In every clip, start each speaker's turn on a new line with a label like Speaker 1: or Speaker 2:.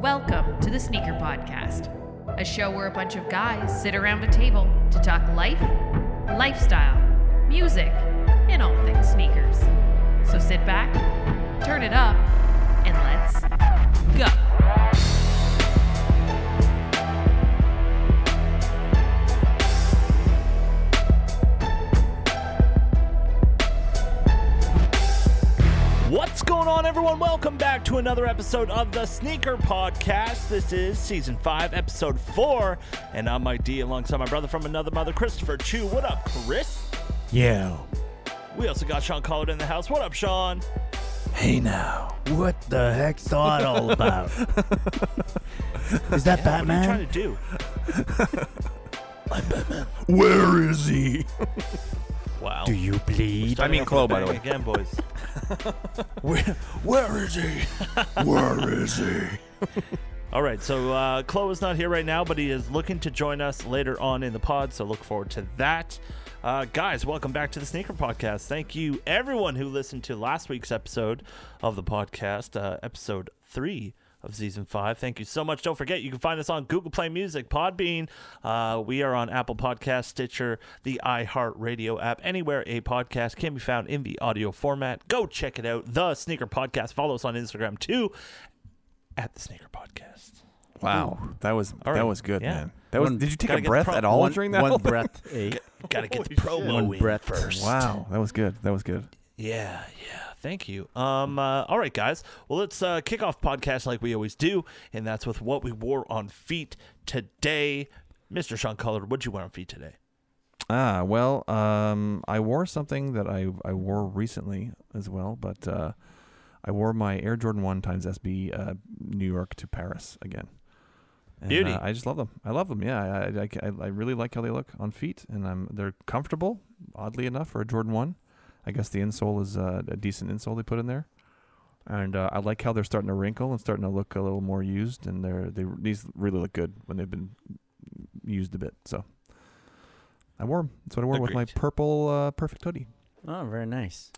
Speaker 1: Welcome to the Sneaker Podcast, a show where a bunch of guys sit around a table to talk life, lifestyle, music, and all things sneakers. So sit back, turn it up, and let's go.
Speaker 2: What's going on, everyone? Welcome back to another episode of the Sneaker Podcast. This is season five, episode four, and I'm Mike D alongside my brother from another mother, Christopher Chu. What up, Chris?
Speaker 3: Yeah.
Speaker 2: We also got Sean Collard in the house. What up, Sean?
Speaker 3: Hey now. What the heck's that all about? is that
Speaker 2: What are you trying to
Speaker 3: Batman?
Speaker 2: do?
Speaker 3: Where is he?
Speaker 2: Wow.
Speaker 3: Do you bleed?
Speaker 2: I mean,
Speaker 4: Chloe, by the way.
Speaker 2: Again, boys.
Speaker 3: Where, where is he? Where is he?
Speaker 2: All right, so uh, Chloe is not here right now, but he is looking to join us later on in the pod, so look forward to that. Uh, guys, welcome back to the Sneaker Podcast. Thank you, everyone who listened to last week's episode of the podcast, uh, episode three of season five. Thank you so much. Don't forget, you can find us on Google Play Music, Podbean. Uh, we are on Apple Podcast, Stitcher, the iHeartRadio app, anywhere a podcast can be found in the audio format. Go check it out. The Sneaker Podcast. Follow us on Instagram too, at the Sneaker Podcast.
Speaker 4: Wow, that was
Speaker 2: All right.
Speaker 4: that was good,
Speaker 2: Yeah.
Speaker 4: man. That was.
Speaker 3: One-
Speaker 4: Did you take
Speaker 2: Gotta
Speaker 4: a
Speaker 2: get the
Speaker 4: breath
Speaker 2: pro-
Speaker 4: at all
Speaker 3: one,
Speaker 4: during that?
Speaker 3: One
Speaker 4: whole thing?
Speaker 3: breath. eh?
Speaker 2: Gotta get the promo
Speaker 3: One
Speaker 2: in
Speaker 3: breath.
Speaker 2: first.
Speaker 4: Wow, that was good. That was good.
Speaker 2: Yeah, yeah. Thank you. Um. Uh, all right, guys. Well, let's uh, kick off podcast like we always do, and that's with what we wore on feet today. Mr. Sean Collard, what'd you wear on feet today?
Speaker 4: Ah, well, um, I wore something that I I wore recently as well, but uh, I wore my Air Jordan One times SB uh, New York to Paris again. And,
Speaker 2: Beauty.
Speaker 4: uh, I just love them. I love them. Yeah, I, I, I, I really like how they look on feet, and I'm they're comfortable. Oddly enough, for a Jordan One, I guess the insole is uh, a decent insole they put in there, and uh, I like how they're starting to wrinkle and starting to look a little more used. And they're they these really look good when they've been used a bit. So I wore 'em. That's what I wore with my
Speaker 2: Agreed.
Speaker 4: purple uh, perfect hoodie.
Speaker 3: Oh, very nice.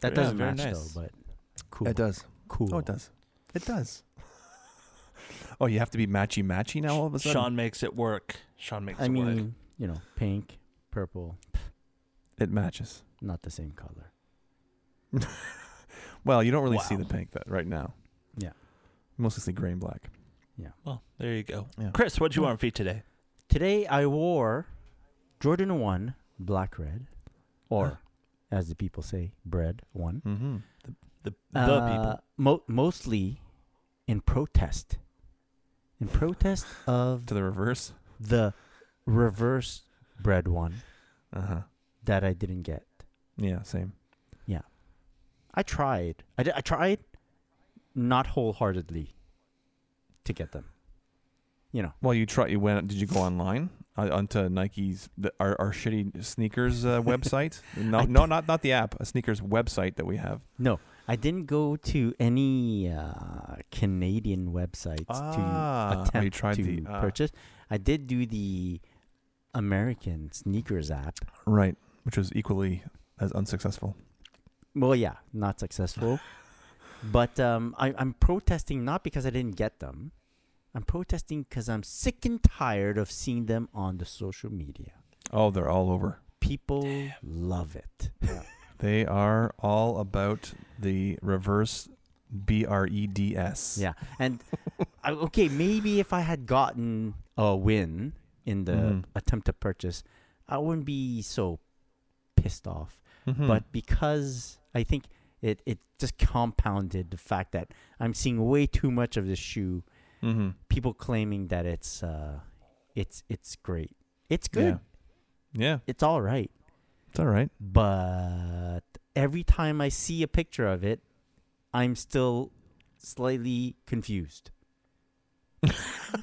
Speaker 3: That
Speaker 2: Yeah,
Speaker 3: doesn't
Speaker 2: very
Speaker 3: match
Speaker 2: nice.
Speaker 3: though, but cool.
Speaker 4: does.
Speaker 3: Cool.
Speaker 4: Oh, it does. It does. oh, you have to be matchy matchy now all of a sudden.
Speaker 2: Sean makes it work. Sean makes
Speaker 3: I
Speaker 2: it
Speaker 3: mean,
Speaker 2: work.
Speaker 3: you know, pink, purple,
Speaker 4: It matches.
Speaker 3: not the same color.
Speaker 4: Well, you don't really see
Speaker 2: Wow.
Speaker 4: the pink that right now.
Speaker 3: Yeah.
Speaker 4: You mostly see gray and black.
Speaker 2: Well, there you go.
Speaker 4: Yeah.
Speaker 2: Chris, what'd you wear on feet today?
Speaker 3: Today I wore Jordan 1 black red or as the people say, bread 1.
Speaker 4: Mm-hmm.
Speaker 2: The the people.
Speaker 3: Uh, Mo- mostly in protest. In protest of
Speaker 4: To the reverse.
Speaker 3: the reverse bread one
Speaker 4: Uh huh.
Speaker 3: that I didn't get.
Speaker 4: Yeah, same.
Speaker 3: I tried. I, di- I tried not wholeheartedly to get them. You know,
Speaker 4: Well, you try. You went. Did you go online uh, onto Nike's the, our, our shitty sneakers uh, website? no,
Speaker 3: I
Speaker 4: no, not not the app. A sneakers website that we have.
Speaker 3: no, I didn't go to any uh, Canadian websites
Speaker 4: Ah, oh,
Speaker 3: to attempt
Speaker 4: you tried
Speaker 3: to
Speaker 4: the, ah.
Speaker 3: purchase. I did do the American sneakers app.
Speaker 4: Right, which was equally as unsuccessful.
Speaker 3: Well, yeah, not successful. but um, I, I'm protesting not because I didn't get them. I'm protesting because I'm sick and tired of seeing them on the social media.
Speaker 4: Oh, they're all over.
Speaker 3: People love it.
Speaker 4: They are all about the reverse B R E D S.
Speaker 3: Yeah, and I, okay, maybe if I had gotten a win in the
Speaker 4: Mhm.
Speaker 3: attempt to purchase, I wouldn't be so pissed off.
Speaker 4: Mhm.
Speaker 3: but because I think it it just compounded the fact that I'm seeing way too much of this shoe.
Speaker 4: Mhm.
Speaker 3: People claiming that it's uh, it's it's great. It's
Speaker 4: Yeah.
Speaker 3: good.
Speaker 4: Yeah,
Speaker 3: It's all right.
Speaker 4: it's all right.
Speaker 3: But every time I see a picture of it, I'm still slightly confused.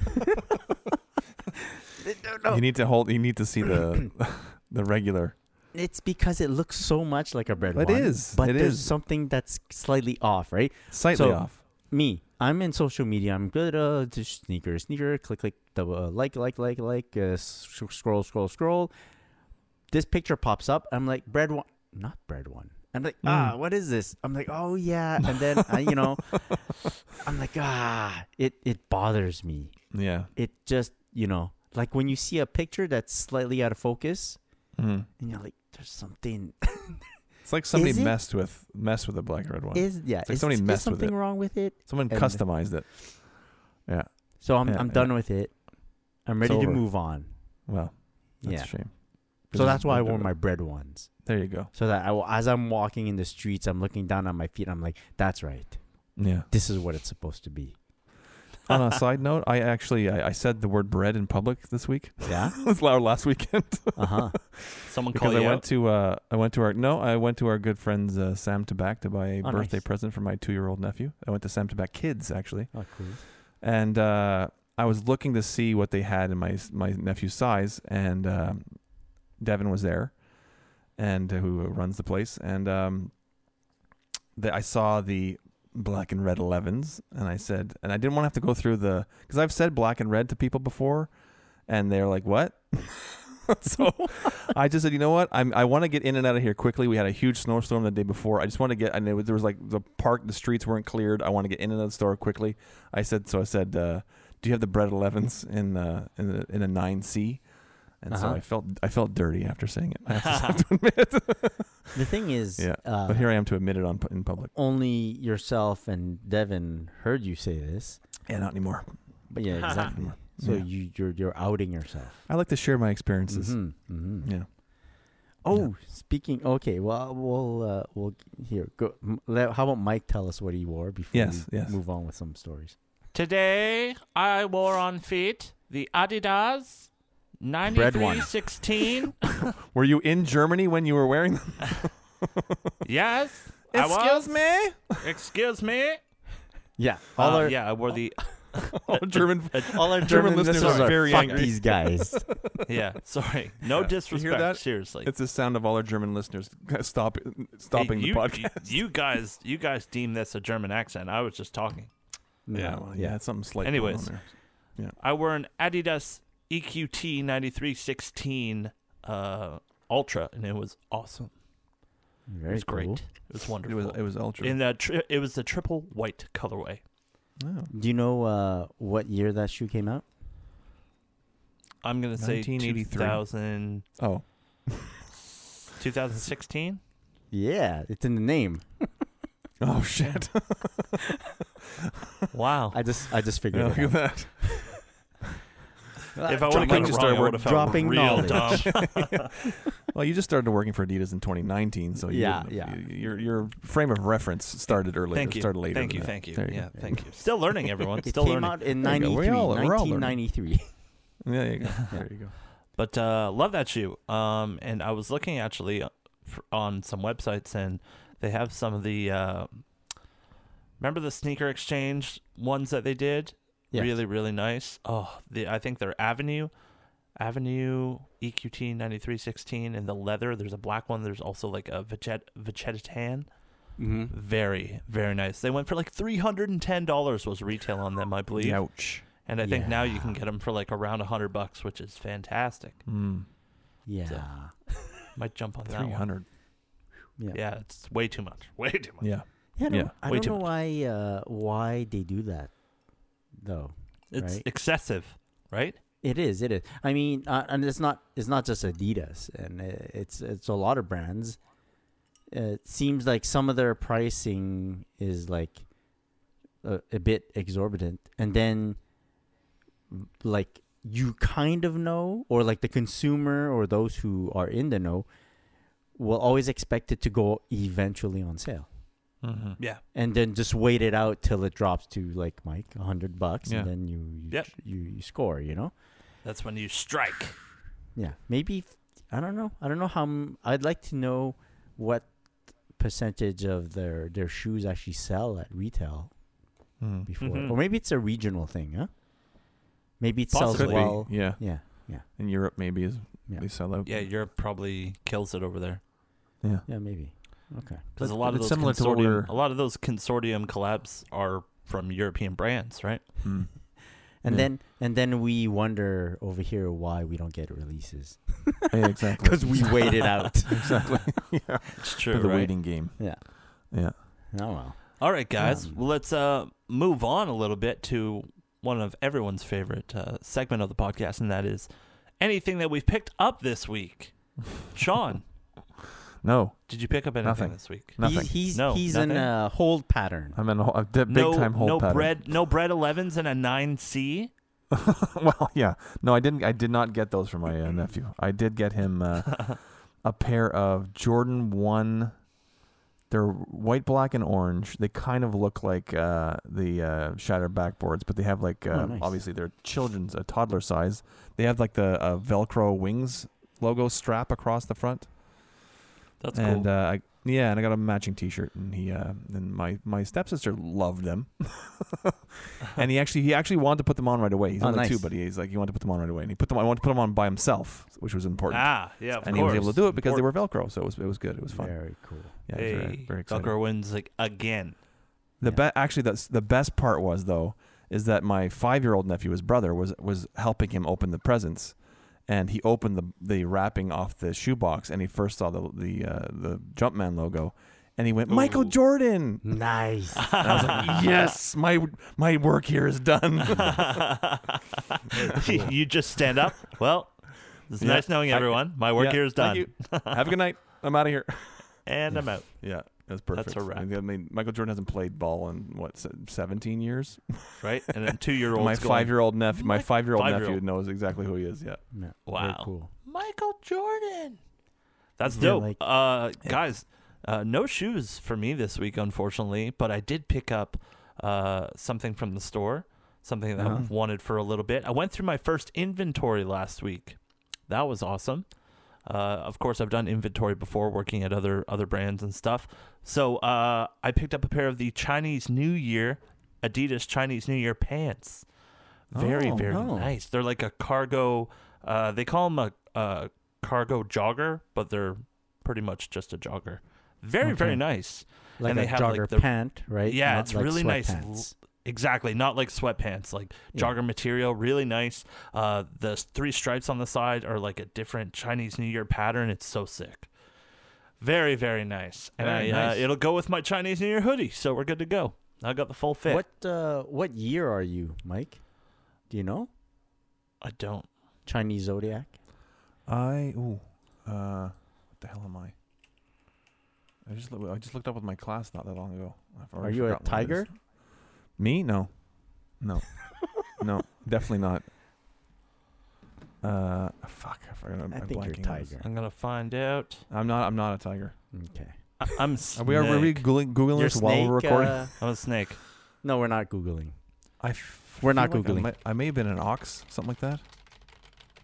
Speaker 4: You need to hold. You need to see the the regular.
Speaker 3: It's because it looks so much like a bread
Speaker 4: It
Speaker 3: one.
Speaker 4: is.
Speaker 3: But
Speaker 4: It
Speaker 3: there's
Speaker 4: is.
Speaker 3: something that's slightly off, right?
Speaker 4: Slightly
Speaker 3: So-
Speaker 4: off.
Speaker 3: me. I'm in social media. I'm good. Uh, to sneaker, sneaker. Click, click. Double, uh, like, like, like, like. Uh, s- scroll, scroll, scroll. This picture pops up. I'm like bread one, not bread one, and I'm
Speaker 4: Mm.
Speaker 3: like, ah, what is this? I'm like, oh yeah, and then I, you know, I'm like, ah, it it bothers me.
Speaker 4: Yeah.
Speaker 3: It just, you know, like when you see a picture that's slightly out of focus,
Speaker 4: Mhm.
Speaker 3: and you're like, there's something
Speaker 4: It's like somebody
Speaker 3: Is it-
Speaker 4: messed with messed with the black and red one.
Speaker 3: is yeah,
Speaker 4: It's like
Speaker 3: is, is
Speaker 4: somebody messed with
Speaker 3: something
Speaker 4: it.
Speaker 3: wrong with it?
Speaker 4: Someone
Speaker 3: and-
Speaker 4: customized it. Yeah.
Speaker 3: So I'm
Speaker 4: Yeah,
Speaker 3: I'm
Speaker 4: yeah.
Speaker 3: done with it. I'm
Speaker 4: It's
Speaker 3: ready to
Speaker 4: over.
Speaker 3: move on.
Speaker 4: Well, that's
Speaker 3: yeah.
Speaker 4: a shame.
Speaker 3: So that's why I
Speaker 4: Because-
Speaker 3: wore my bread ones.
Speaker 4: There you go.
Speaker 3: So that I, will- as I'm walking in the streets, I'm looking down on my feet. I'm like, that's right.
Speaker 4: Yeah.
Speaker 3: This is what it's supposed to be.
Speaker 4: On a side note, I actually I, I said the word bread in public this week.
Speaker 3: Yeah.
Speaker 4: It was loud last weekend
Speaker 3: Uh huh.
Speaker 2: Someone
Speaker 4: because
Speaker 2: call
Speaker 4: I
Speaker 2: you
Speaker 4: went
Speaker 2: out.
Speaker 4: to uh I went to our no I went to our good friends uh, Sam Tabac to buy a
Speaker 3: Oh,
Speaker 4: birthday
Speaker 3: nice.
Speaker 4: present for my two year old nephew. I went to Sam Tabac Kids actually,
Speaker 3: oh, cool.
Speaker 4: and uh, I was looking to see what they had in my my nephew's size, and um, Devin was there, and who runs the place, and um, the, I saw the black and red 11s, and I said, and I didn't want to have to go through the because I've said black and red to people before, and they're like, what? so I just said, you know what? I'm, I want to get in and out of here quickly. We had a huge snowstorm the day before. I just want to get. I know there was like the park, the streets weren't cleared. I want to get in and out of the store quickly. I said, so I said, uh, do you have the bread 11s in uh, in, the, in a nine C? And so
Speaker 3: Uh-huh.
Speaker 4: I felt I felt dirty after saying it. I just have to admit.
Speaker 3: The thing is,
Speaker 4: Yeah,
Speaker 3: uh,
Speaker 4: but here
Speaker 2: Uh-huh.
Speaker 4: I am to admit it on in public.
Speaker 3: only yourself and Devin heard you say this.
Speaker 4: Yeah, not anymore.
Speaker 3: But yeah, exactly. so
Speaker 4: Yeah.
Speaker 3: you you're you're outing yourself.
Speaker 4: I like to share my experiences.
Speaker 3: Mhm, mhm.
Speaker 2: Mm-hmm.
Speaker 4: Yeah.
Speaker 3: Oh, speaking. Okay, well, we'll uh, we'll here go. m- Let, how about Mike tell us what he wore before
Speaker 4: Yes,
Speaker 3: we
Speaker 4: yes.
Speaker 3: move on with some stories?
Speaker 2: Today, I wore on feet the Adidas
Speaker 3: Bread one.
Speaker 2: 9316.
Speaker 4: Were you in Germany when you were wearing them?
Speaker 2: yes. I was.
Speaker 4: Excuse me.
Speaker 2: Excuse me.
Speaker 3: Yeah, all
Speaker 2: Uh,
Speaker 3: our
Speaker 2: yeah, I wore the.
Speaker 4: All Oh, German
Speaker 3: all our
Speaker 4: German
Speaker 3: German,
Speaker 4: listeners
Speaker 3: listeners
Speaker 4: are
Speaker 3: are
Speaker 4: very
Speaker 3: fuck
Speaker 4: angry."
Speaker 3: these guys.
Speaker 2: Yeah, sorry. No
Speaker 4: Yeah. You hear
Speaker 2: disrespect.
Speaker 4: that?
Speaker 2: Seriously.
Speaker 4: It's the sound of all our German listeners stop
Speaker 2: Hey,
Speaker 4: stopping
Speaker 2: you,
Speaker 4: the podcast.
Speaker 2: You, you guys, you guys deem this a German accent. I was just talking.
Speaker 4: yeah,
Speaker 3: No,
Speaker 4: well, yeah, it's something slight.
Speaker 2: Anyways.
Speaker 4: going on
Speaker 2: I wore an Adidas E EQT 9316 uh, Ultra, and it was awesome. it
Speaker 3: Very
Speaker 2: was great.
Speaker 3: cool.
Speaker 2: It was
Speaker 4: there. It
Speaker 2: wonderful.
Speaker 4: was it was ultra.
Speaker 2: in that tri- it was the triple white colorway.
Speaker 4: Oh.
Speaker 3: Do you know uh, what year that shoe came out?
Speaker 2: I'm gonna say
Speaker 4: 1983.
Speaker 2: 2000,
Speaker 4: oh,
Speaker 2: 2016.
Speaker 3: Yeah, it's in the name.
Speaker 4: oh shit!
Speaker 2: Wow.
Speaker 3: I just I just figured
Speaker 4: Yeah, look
Speaker 3: it
Speaker 4: at
Speaker 3: out.
Speaker 4: that.
Speaker 2: if I
Speaker 4: Dropping
Speaker 2: would have got it
Speaker 4: just
Speaker 2: wrong,
Speaker 4: our
Speaker 2: I would have felt
Speaker 3: dropping
Speaker 2: real
Speaker 3: knowledge.
Speaker 2: dumb.
Speaker 4: Well, you just started working for Adidas in 2019, so you
Speaker 3: Yeah,
Speaker 4: didn't-
Speaker 3: yeah.
Speaker 4: you- Your your frame of reference started earlier.
Speaker 2: Thank you.
Speaker 4: Started later.
Speaker 2: Thank
Speaker 4: than
Speaker 2: you.
Speaker 4: that.
Speaker 2: Thank you.
Speaker 4: There
Speaker 2: Yeah.
Speaker 4: go.
Speaker 2: Thank you. Still learning, everyone.
Speaker 3: It
Speaker 2: Still
Speaker 3: came
Speaker 2: learning.
Speaker 3: out in
Speaker 4: There you go.
Speaker 3: 93,
Speaker 4: We all- we're all learning.
Speaker 3: 1993.
Speaker 4: Yeah, there you go. There you go.
Speaker 2: But uh, love that shoe. Um, and I was looking actually f- on some websites, and they have some of the. Uh, remember the sneaker exchange ones that they did?
Speaker 3: Yes.
Speaker 2: Really, really nice. Oh, the I think they're Avenue, Avenue EQT ninety three sixteen, and the leather. There's a black one. There's also like a Vegeta, Vegeta tan.
Speaker 3: Mm-hmm.
Speaker 2: Very, very nice. They went for like three hundred and ten dollars was retail on them, I believe.
Speaker 4: Ouch.
Speaker 2: And I think now you
Speaker 3: Yeah.
Speaker 2: can get them for like around a hundred bucks, which is fantastic.
Speaker 4: Mm,
Speaker 3: Yeah.
Speaker 2: Might jump on that
Speaker 4: Three
Speaker 2: one.
Speaker 4: hundred.
Speaker 3: yeah,
Speaker 2: Yeah, it's way too much. Way too much.
Speaker 4: Yeah.
Speaker 3: Yeah, I don't,
Speaker 4: Yeah.
Speaker 3: I
Speaker 2: Way
Speaker 3: don't
Speaker 2: too
Speaker 3: know why uh, why they do that, though.
Speaker 2: It's
Speaker 3: Right.
Speaker 2: excessive, right?
Speaker 3: It is, it is. I mean, uh, and it's not it's not just Adidas, and i- it's it's a lot of brands. It seems like some of their pricing is like a, a bit exorbitant, and then like you kind of know, or like the consumer or those who are in the know, will always expect it to go eventually on sale
Speaker 4: Mm-hmm.
Speaker 2: Yeah.
Speaker 3: and then just wait it out till it drops to like Mike, a hundred bucks,
Speaker 4: Yeah.
Speaker 3: and then you you,
Speaker 2: Yep.
Speaker 3: you you score. You know,
Speaker 2: That's when you strike.
Speaker 3: yeah. Maybe if- I don't know. I don't know how. m- I'd like to know what percentage of their their shoes actually sell at retail
Speaker 4: Mm.
Speaker 3: before,
Speaker 2: Mhm.
Speaker 3: or maybe it's a regional thing, huh? Maybe it
Speaker 2: Possibly.
Speaker 3: sells
Speaker 4: Could be.
Speaker 3: well.
Speaker 4: Yeah.
Speaker 3: Yeah,
Speaker 4: In Europe, maybe is
Speaker 3: Yeah.
Speaker 4: they sell out.
Speaker 2: Yeah, Europe probably kills it over there.
Speaker 4: Yeah.
Speaker 3: yeah, maybe. Okay.
Speaker 2: Because a
Speaker 4: But
Speaker 2: lot of
Speaker 4: it's
Speaker 2: those
Speaker 4: similar to what
Speaker 2: consortium,
Speaker 4: we're-
Speaker 2: a lot of those consortium collabs are from European brands, right?
Speaker 4: Mm.
Speaker 3: And
Speaker 4: Yeah.
Speaker 3: then and then we wonder over here why we don't get releases
Speaker 4: Yeah, exactly.
Speaker 3: because we waited out.
Speaker 4: exactly. yeah.
Speaker 2: It's
Speaker 4: For
Speaker 2: true.
Speaker 4: the
Speaker 2: right?
Speaker 4: waiting game.
Speaker 3: Yeah.
Speaker 4: Yeah.
Speaker 3: Oh well.
Speaker 2: All right, guys.
Speaker 3: Um,
Speaker 2: well, let's uh, move on a little bit to one of everyone's favorite uh, segment of the podcast, and that is anything that we've picked up this week. Sean,
Speaker 4: No,
Speaker 2: did you pick up anything
Speaker 4: Nothing.
Speaker 2: this week?
Speaker 4: nothing.
Speaker 3: He's he's,
Speaker 2: No,
Speaker 3: he's in
Speaker 2: nothing?
Speaker 3: a hold pattern.
Speaker 4: I'm in a, a di- big
Speaker 2: no,
Speaker 4: time hold
Speaker 2: no
Speaker 4: pattern.
Speaker 2: bread, no bread elevens and a nine C.
Speaker 4: well, yeah. No, I didn't. I did not get those for my uh, nephew. I did get him uh, a pair of Jordan One. They're white, black, and orange. They kind of look like uh, the uh, shattered backboards, but they have like uh,
Speaker 3: Oh, nice.
Speaker 4: obviously they're children's, a toddler size. They have like the uh, Velcro wings logo strap across the front.
Speaker 2: That's
Speaker 4: and
Speaker 2: cool.
Speaker 4: uh, I, yeah, and I got a matching T-shirt, and he uh, and my my stepsister loved them, and he actually he actually wanted to put them on right away. He's
Speaker 3: Oh,
Speaker 4: only two,
Speaker 3: nice.
Speaker 4: but he's like he wanted to put them on right away, and he put them. I wanted to put them on by himself, which was important,
Speaker 2: ah, yeah, of
Speaker 4: and he
Speaker 2: course.
Speaker 4: was able uh, to do it because they were Velcro, so it was it was good. It was fun.
Speaker 3: Very cool.
Speaker 4: Yeah, it was
Speaker 2: Hey,
Speaker 4: very, very exciting.
Speaker 2: Tucker wins like again.
Speaker 4: The
Speaker 3: Yeah.
Speaker 4: be- actually that's the best part was though is that my five year old nephew, his brother, was was helping him open the presents, and he opened the the wrapping off the shoebox, and he first saw the the uh, the Jumpman logo, and he went Michael
Speaker 2: Ooh.
Speaker 4: Jordan.
Speaker 3: Nice.
Speaker 4: And I was like, yes, my my work here is done.
Speaker 2: you just stand up. Well, it's
Speaker 4: Yeah.
Speaker 2: nice knowing
Speaker 4: I-
Speaker 2: everyone. My work
Speaker 4: Yeah,
Speaker 2: here is done,
Speaker 4: thank you. Have a good night. I'm out of here.
Speaker 2: and I'm out.
Speaker 4: Yeah, that's perfect.
Speaker 2: a wrap.
Speaker 4: I mean, Michael Jordan hasn't played ball in what se- 17 years.
Speaker 2: Right, and then two year old.
Speaker 4: my five year old nephew, my
Speaker 2: Mike-
Speaker 4: five year old
Speaker 2: five-year-old.
Speaker 4: nephew knows exactly who he is. Yeah.
Speaker 3: Yeah, very
Speaker 2: Wow.
Speaker 3: cool.
Speaker 2: Michael Jordan. That's
Speaker 3: Yeah,
Speaker 2: dope.
Speaker 3: like-
Speaker 2: uh, guys, uh, no shoes for me this week, unfortunately, but I did pick up uh, something from the store, something
Speaker 3: Uh-huh.
Speaker 2: that I've wanted for a little bit. I went through my first inventory last week. That was awesome. Uh, of course, I've done inventory before, working at other other brands and stuff. So uh, I picked up a pair of the Chinese New Year Adidas Chinese New Year pants. Very
Speaker 4: Oh,
Speaker 2: very
Speaker 3: oh.
Speaker 2: nice. They're like a cargo. Uh, they call them a, a cargo jogger, but they're pretty much just a jogger. Very very
Speaker 4: Okay.
Speaker 2: nice.
Speaker 3: Like
Speaker 2: and
Speaker 3: a
Speaker 2: they have
Speaker 3: jogger
Speaker 2: like the
Speaker 3: pant, right?
Speaker 2: Yeah,
Speaker 3: Not
Speaker 2: it's
Speaker 3: like
Speaker 2: really nice.
Speaker 3: sweatpants.
Speaker 2: Exactly, not like sweatpants, like
Speaker 3: Yeah.
Speaker 2: jogger material, really nice. Uh, the s- three stripes on the side are like a different Chinese New Year pattern. It's so sick. Very, very nice. And
Speaker 4: Very
Speaker 2: I,
Speaker 4: nice.
Speaker 2: Uh, it'll go with my Chinese New Year hoodie, so we're good to go. I got the full fit.
Speaker 3: What uh, what year are you, Mike? Do you know
Speaker 2: I don't.
Speaker 3: Chinese zodiac?
Speaker 4: I ooh, uh, what the hell am I? I just loo- I just looked up with my class not that long ago. I've
Speaker 3: Are
Speaker 4: already
Speaker 3: you a
Speaker 4: forgotten what it
Speaker 3: tiger?
Speaker 4: is. Me? No, no, no, definitely not. Uh, fuck, I forgot. I'm,
Speaker 3: I
Speaker 4: I'm
Speaker 3: think you're
Speaker 4: blanking on this.
Speaker 3: tiger.
Speaker 2: I'm gonna find out.
Speaker 4: I'm not. I'm not a tiger.
Speaker 3: Okay.
Speaker 2: I, I'm.
Speaker 4: Are we are, are we
Speaker 2: snake.
Speaker 4: googling, googling
Speaker 3: You're
Speaker 4: this while we're recording?
Speaker 3: uh,
Speaker 2: I'm a snake.
Speaker 3: no, we're not googling.
Speaker 4: I f-
Speaker 3: We're
Speaker 4: feel
Speaker 3: not
Speaker 4: like I
Speaker 3: Googling.
Speaker 4: might- I may have been an ox, something like that.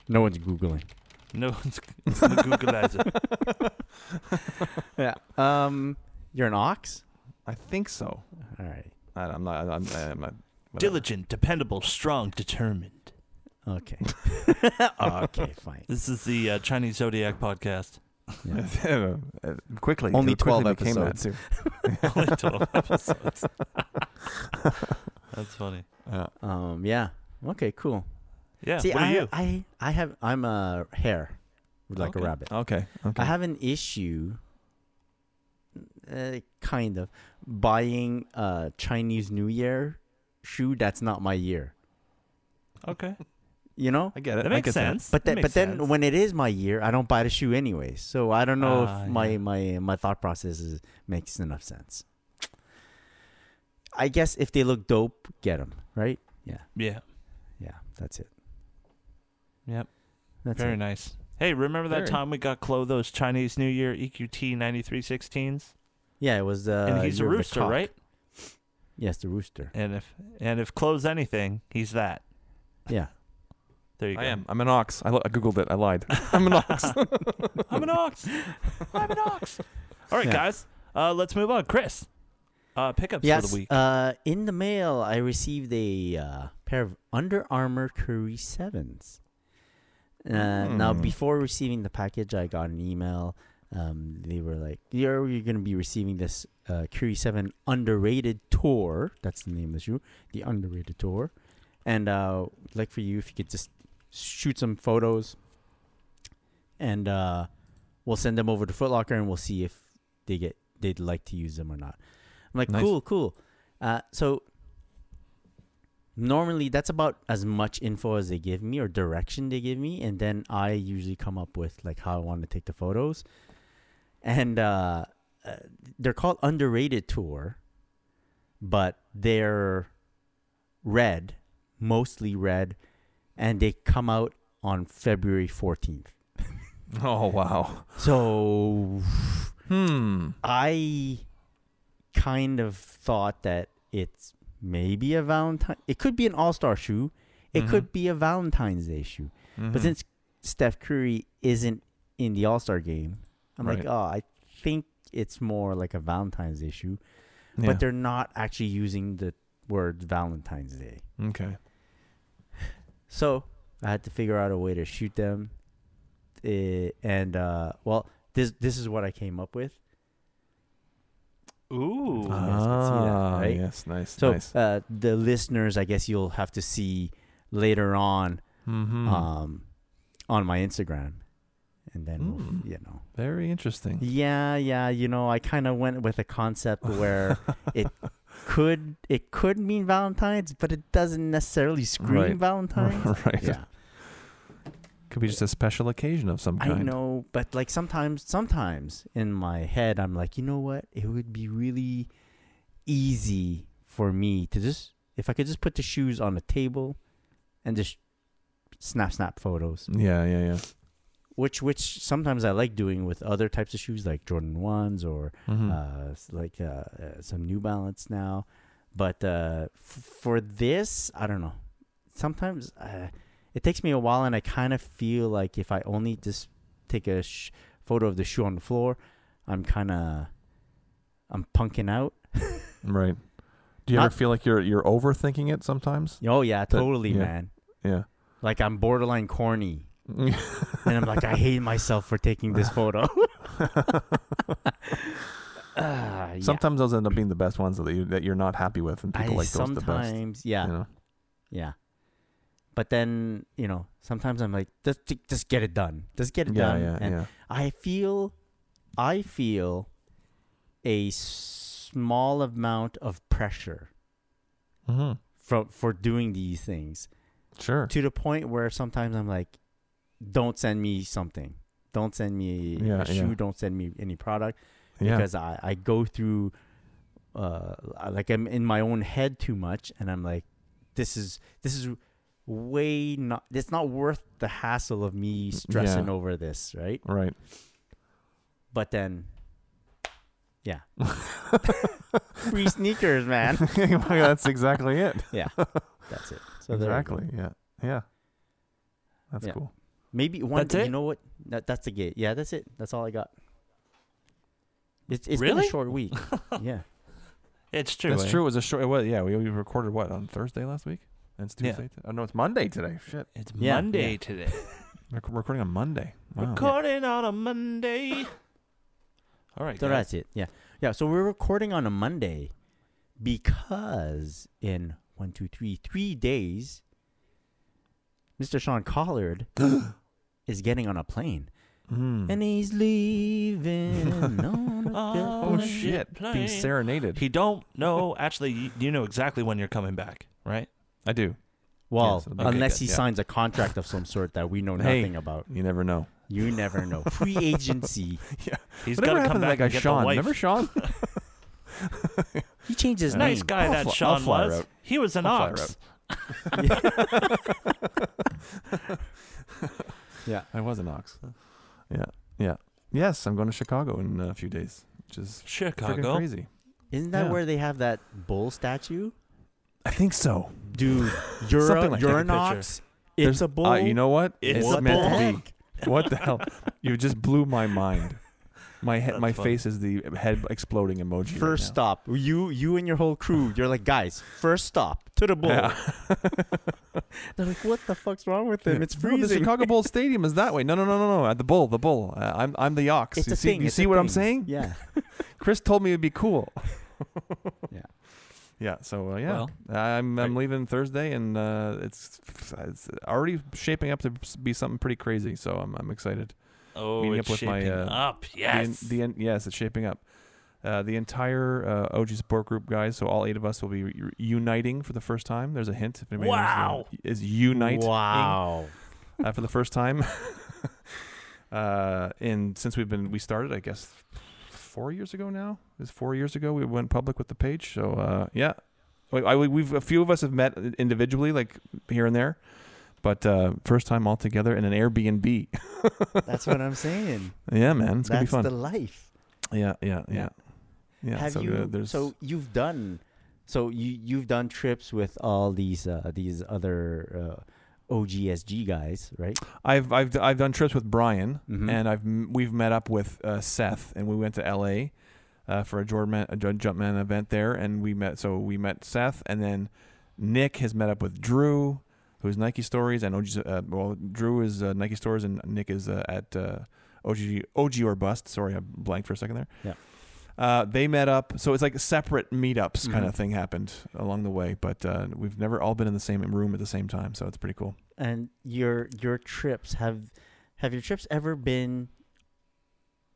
Speaker 3: No one's googling.
Speaker 2: No one's it's the Googleizer.
Speaker 3: yeah. Um, you're an ox.
Speaker 4: I think so.
Speaker 3: All right.
Speaker 4: I, I'm not. I'm, I'm uh, not. whatever.
Speaker 2: Diligent, dependable, strong, determined.
Speaker 3: Okay. Oh, okay. Fine.
Speaker 2: This is the uh, Chinese Zodiac podcast.
Speaker 3: Yeah.
Speaker 4: Uh, quickly.
Speaker 3: Only
Speaker 4: it quickly
Speaker 3: 12
Speaker 4: became that,
Speaker 3: episodes.
Speaker 4: too.
Speaker 2: Only 12 episodes. That's funny.
Speaker 4: Yeah.
Speaker 3: Um. Yeah. Okay. Cool.
Speaker 2: Yeah.
Speaker 3: See,
Speaker 2: what are
Speaker 3: I,
Speaker 2: you?
Speaker 3: I I have I'm a hare, like a
Speaker 2: Okay.
Speaker 3: rabbit.
Speaker 4: Okay. Okay.
Speaker 3: I have an issue, uh, kind of, buying a Chinese New Year shoe that's not my year.
Speaker 2: okay.
Speaker 3: You know.
Speaker 4: I get it.
Speaker 2: That
Speaker 4: I
Speaker 2: makes
Speaker 4: get that.
Speaker 2: sense. That
Speaker 3: But then,
Speaker 2: makes
Speaker 3: but then,
Speaker 2: sense.
Speaker 3: when it is my year, I don't buy the shoe anyway. So I don't know
Speaker 2: Ah,
Speaker 3: if my,
Speaker 2: yeah.
Speaker 3: my my thought process is, makes enough sense. I guess if they look dope, get them. Right? Yeah,
Speaker 2: Yeah.
Speaker 3: yeah. That's it.
Speaker 2: Yep.
Speaker 3: That's
Speaker 2: Very
Speaker 3: it.
Speaker 2: nice. Hey, remember that
Speaker 4: Very.
Speaker 2: time we got Chloe those Chinese New Year E EQT 9316s?
Speaker 3: Yeah, it was. Uh,
Speaker 2: And he's a
Speaker 3: Year of the
Speaker 2: rooster,
Speaker 3: Cock.
Speaker 2: right?
Speaker 3: Yes, the rooster.
Speaker 2: And if and if Chloe's anything, he's that.
Speaker 3: Yeah.
Speaker 2: There you go.
Speaker 4: I am. I'm an ox. I, lo- I googled it. I lied. I'm an ox.
Speaker 2: I'm an ox. I'm an ox. All right,
Speaker 3: Yeah.
Speaker 2: guys. Uh, let's move on. Chris, uh, pickups for
Speaker 3: yes.
Speaker 2: the week.
Speaker 3: Uh, in the mail, I received a uh, pair of Under Armour Curry Sevens. Uh, Now,
Speaker 4: Hmm.
Speaker 3: before receiving the package, I got an email. Um, they were like, "You're you're going to be receiving this uh, Curry Seven Underrated Tour. That's the name of the shoe, the Underrated Tour, And uh, we'd like for you, if you could just shoot some photos, and uh, we'll send them over to Foot Locker, and we'll see if they get they'd like to use them or not. I'm like,
Speaker 4: Nice.
Speaker 3: cool, cool. Uh, so normally that's about as much info as they give me or direction they give me, and then I usually come up with like how I want to take the photos. And uh, uh, they're called underrated tour, but they're red, mostly red, and they come out on February 14th.
Speaker 4: Oh wow.
Speaker 3: So
Speaker 4: Hmm.
Speaker 3: I kind of thought that it's maybe a Valentine. It could be an All Star shoe. It
Speaker 4: Mhm.
Speaker 3: could be a Valentine's Day shoe.
Speaker 4: Mhm.
Speaker 3: But since Steph Curry isn't in the All Star game, I'm like,
Speaker 4: Right.
Speaker 3: oh, I think it's more like a Valentine's Day shoe.
Speaker 4: yeah.
Speaker 3: But they're not actually using the word Valentine's Day.
Speaker 4: okay.
Speaker 3: So I had to figure out a way to shoot them. Eh, and uh, well, this this is what I came up with.
Speaker 5: Ooh.
Speaker 3: Ah. guys can see that, right?
Speaker 4: yes, nice,
Speaker 3: So
Speaker 4: nice.
Speaker 3: uh, the listeners, I guess you'll have to see later on
Speaker 4: Mm-hmm.
Speaker 3: um, on my Instagram, and then we'll f-
Speaker 4: Mm.
Speaker 3: you know,
Speaker 4: Very interesting.
Speaker 3: yeah, yeah, you know, I kind of went with a concept where it could it could mean Valentine's, but it doesn't necessarily scream
Speaker 4: Right.
Speaker 3: Valentine's.
Speaker 4: right.
Speaker 3: yeah,
Speaker 4: Could be just a special occasion of some
Speaker 3: I
Speaker 4: kind.
Speaker 3: know, but like sometimes, sometimes in my head, I'm like, you know what? It would be really easy for me to just, if I could just put the shoes on the table and just snap, snap photos,
Speaker 4: Yeah, yeah, yeah.
Speaker 3: which, which sometimes I like doing with other types of shoes like Jordan 1s or
Speaker 4: Mhm.
Speaker 3: uh, s- like uh, uh, some New Balance now. But uh, f- for this, I don't know. Sometimes uh, it takes me a while, and I kind of feel like if I only just take a sh- photo of the shoe on the floor, I'm kind of I'm punking out.
Speaker 4: right. Do you
Speaker 3: not-
Speaker 4: ever feel like you're you're overthinking it sometimes?
Speaker 3: Oh yeah, totally,
Speaker 4: yeah.
Speaker 3: man.
Speaker 4: Yeah.
Speaker 3: Like I'm borderline corny, and I'm like I hate myself for taking this photo. Ah, yeah.
Speaker 4: Sometimes those end up being the best ones that you that you're not happy with, and people
Speaker 3: I
Speaker 4: like those the best.
Speaker 3: sometimes, yeah.
Speaker 4: You know?
Speaker 3: Yeah. But then, you know, sometimes I'm like, just, ju- just get it done. Just get it
Speaker 4: Yeah,
Speaker 3: done.
Speaker 4: yeah,
Speaker 3: and
Speaker 4: yeah.
Speaker 3: I feel, I feel a small amount of pressure
Speaker 4: Mm-hmm.
Speaker 3: from for doing these things
Speaker 4: Sure.
Speaker 3: to the point where sometimes I'm like, don't send me something. Don't send me
Speaker 4: Yeah, yeah.
Speaker 3: a shoe. Don't send me any product
Speaker 4: Yeah.
Speaker 3: because I, I go through, uh, I- like I'm in my own head too much, and I'm like, this is this is way not. It's not worth the hassle of me stressing
Speaker 4: Yeah.
Speaker 3: over this, right?
Speaker 4: right.
Speaker 3: But then, yeah, free sneakers, man.
Speaker 4: That's exactly it.
Speaker 3: That's it. So there you go.
Speaker 4: exactly. Yeah. Yeah. That's
Speaker 3: Yeah.
Speaker 4: cool.
Speaker 3: Maybe one.
Speaker 5: That's
Speaker 3: day-
Speaker 5: it?
Speaker 3: You know what? That, that's the gate. Yeah, that's it. That's all I got. It's it's been
Speaker 5: Really?
Speaker 3: a short week. yeah.
Speaker 5: It's true.
Speaker 4: That's
Speaker 5: eh?
Speaker 4: true. It was a short. It was, yeah, we, we recorded what on Thursday last week. And it's
Speaker 5: Yeah.
Speaker 4: Tuesday. t- Oh no, it's Monday today. Shit,
Speaker 5: It's
Speaker 3: Yeah,
Speaker 5: Monday
Speaker 3: yeah.
Speaker 5: today.
Speaker 4: we're c- recording on Monday. Wow.
Speaker 5: Recording on a Monday. All right.
Speaker 3: So
Speaker 5: guys.
Speaker 3: that's it. Yeah. Yeah. So we're recording on a Monday because in one, two, three, three days, Mr. Sean Collard is getting on a plane
Speaker 4: Mm.
Speaker 3: and he's leaving. on a
Speaker 4: oh
Speaker 5: Oh,
Speaker 3: plane.
Speaker 4: shit, being
Speaker 5: plane.
Speaker 4: serenaded.
Speaker 5: He don't know. Actually, you, you know exactly when you're coming back, right?
Speaker 4: I do.
Speaker 3: Well,
Speaker 4: Yeah, so- okay,
Speaker 3: unless
Speaker 4: good,
Speaker 3: he
Speaker 4: yeah.
Speaker 3: signs a contract of some sort that we know
Speaker 4: Hey.
Speaker 3: nothing about,
Speaker 4: You never know.
Speaker 3: you never know. Free agency.
Speaker 5: He's got to
Speaker 4: Whatever
Speaker 5: come
Speaker 4: happened to that
Speaker 5: back
Speaker 4: guy
Speaker 5: and get
Speaker 4: Sean?
Speaker 5: the wife.
Speaker 4: Remember Sean?
Speaker 3: He changed his
Speaker 5: nice
Speaker 3: name.
Speaker 5: guy
Speaker 4: I'll
Speaker 5: that
Speaker 4: fly- I'll
Speaker 5: Sean
Speaker 4: fly her
Speaker 5: was.
Speaker 4: out.
Speaker 5: He was an
Speaker 4: I'll fly her
Speaker 5: ox.
Speaker 3: Yeah.
Speaker 4: I was an ox. Yeah, yeah. Yes, I'm going to Chicago in a few days, which is freaking
Speaker 5: Chicago.
Speaker 4: crazy.
Speaker 3: Isn't that
Speaker 4: Yeah.
Speaker 3: where they have that bull statue?
Speaker 4: I think so.
Speaker 3: Dude, you're, a,
Speaker 4: Something like that.
Speaker 3: you're
Speaker 5: Take a picture.
Speaker 3: an ox.
Speaker 4: There's-
Speaker 3: It's a bull.
Speaker 4: Uh, you know what?
Speaker 5: It's
Speaker 4: It's
Speaker 5: a
Speaker 4: meant
Speaker 5: bull.
Speaker 4: to be. What the hell? You just blew my mind. My he-
Speaker 5: That's
Speaker 4: my
Speaker 5: funny.
Speaker 4: face is the head exploding emoji. right
Speaker 3: First
Speaker 4: now.
Speaker 3: stop. You you and your whole crew, you're like, guys, first stop to the bull.
Speaker 4: Yeah.
Speaker 3: They're like, what the fuck's wrong with him? It's
Speaker 4: No, the
Speaker 3: freezing.
Speaker 4: Chicago Bulls stadium is that way. No, no, no, no, no. At the bull, the bull. Uh, I'm I'm the ox.
Speaker 3: it's
Speaker 4: you
Speaker 3: a
Speaker 4: see,
Speaker 3: thing.
Speaker 4: you
Speaker 3: it's
Speaker 4: see
Speaker 3: a
Speaker 4: what I'm
Speaker 3: thing.
Speaker 4: saying?
Speaker 3: Yeah.
Speaker 4: Chris told me it'd be cool.
Speaker 3: Yeah.
Speaker 4: Yeah. So uh, yeah,
Speaker 2: Well,
Speaker 4: I'm I'm
Speaker 5: right.
Speaker 4: leaving Thursday, and uh, it's it's already shaping up to be something pretty crazy. So I'm I'm excited.
Speaker 5: Oh,
Speaker 4: Meeting
Speaker 5: it's
Speaker 4: up with my,
Speaker 5: shaping
Speaker 4: uh,
Speaker 5: up.
Speaker 4: The en-
Speaker 5: Yes.
Speaker 4: The, en- yes, it's shaping up. Uh, the entire uh, OG support group, guys. So all eight of us will be re- uniting for the first time. There's a hint. If anybody knows the-
Speaker 5: Wow.
Speaker 4: Is unite
Speaker 3: Wow.
Speaker 4: uh, for the first time. uh, and since we've been, we started, I guess, four years ago now. Is four years ago we went public with the page. So uh, yeah, Like, I, we've a few of us have met individually, like here and there, but uh, first time all together in an Airbnb.
Speaker 3: That's what I'm saying.
Speaker 4: yeah, man, it's gonna be
Speaker 3: That's
Speaker 4: fun.
Speaker 3: the life.
Speaker 4: yeah, yeah, yeah, yeah.
Speaker 3: Have
Speaker 4: so
Speaker 3: you?
Speaker 4: uh, there's
Speaker 3: So you've done. So you you've done trips with all these uh, these other uh, OGSG guys, right?
Speaker 4: I've I've I've done trips with Brian,
Speaker 3: Mhm.
Speaker 4: and I've m- we've met up with uh, Seth, and we went to L.A. Uh, for a Jordan a Ju- Jumpman event there, and we met. So we met Seth, and then Nick has met up with Drew, who's Nike Stories, and OG. Uh, well, Drew is uh, Nike Stories, and Nick is uh, at uh, OG OG or Bust. Sorry, I blanked for a second there.
Speaker 3: Yeah.
Speaker 4: Uh, they met up, so it's like separate meetups kind
Speaker 3: Mhm.
Speaker 4: of thing happened along the way, but uh, we've never all been in the same room at the same time, so it's pretty cool.
Speaker 3: And your your trips have have your trips ever been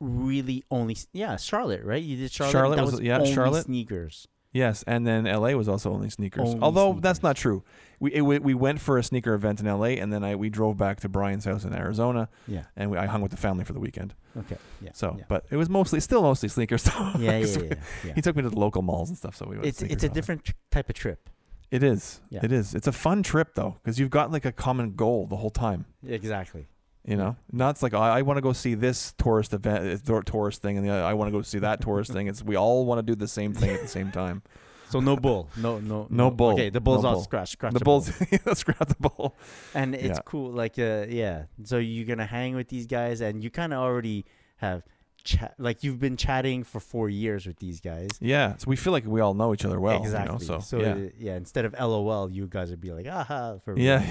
Speaker 3: really only s- yeah Charlotte right? You did Charlotte.
Speaker 4: Charlotte
Speaker 3: that
Speaker 4: was- yeah,
Speaker 3: only
Speaker 4: Charlotte.
Speaker 3: sneakers.
Speaker 4: Yes, and then LA was also only sneakers.
Speaker 3: Only
Speaker 4: Although that's
Speaker 3: sneakers.
Speaker 4: not true. We, it, we we went for a sneaker event in LA, and then I we drove back to Brian's house in Arizona,
Speaker 3: Yeah.
Speaker 4: and we, I hung with the family for the weekend.
Speaker 3: Okay. Yeah.
Speaker 4: So,
Speaker 3: yeah.
Speaker 4: but it was mostly still mostly sneakers. though.
Speaker 3: yeah, yeah,
Speaker 4: 'Cause
Speaker 3: yeah,
Speaker 4: we-
Speaker 3: yeah, yeah.
Speaker 4: He took me to the local malls and stuff. So we went
Speaker 3: It's
Speaker 4: sneakers
Speaker 3: it's a
Speaker 4: shopping.
Speaker 3: different tr- type of trip.
Speaker 4: It is.
Speaker 3: Yeah.
Speaker 4: It is. It's a fun trip though, because you've got like a common goal the whole time.
Speaker 3: Exactly.
Speaker 4: You know, not it's like I, I want to go see this tourist event, uh, tour- tourist thing, and the other, I want to go see that tourist thing. It's we all want to do the same thing at the same time.
Speaker 3: So no bull. No no
Speaker 4: No bull.
Speaker 3: Okay, the bull's
Speaker 4: No
Speaker 3: all
Speaker 4: bull.
Speaker 3: scratch scratch.
Speaker 4: the bulls. let's grab the bull.
Speaker 3: and it's
Speaker 4: Yeah.
Speaker 3: cool. Like, uh, yeah. So you're gonna hang with these guys, and you kind of already have chat. Like you've been chatting for four years with these guys.
Speaker 4: Yeah, so we feel like we all know each other well. you know,
Speaker 3: exactly.
Speaker 4: so,
Speaker 3: so
Speaker 4: yeah,
Speaker 3: uh, Instead of LOL, you guys would be like, aha. For real.
Speaker 4: yeah,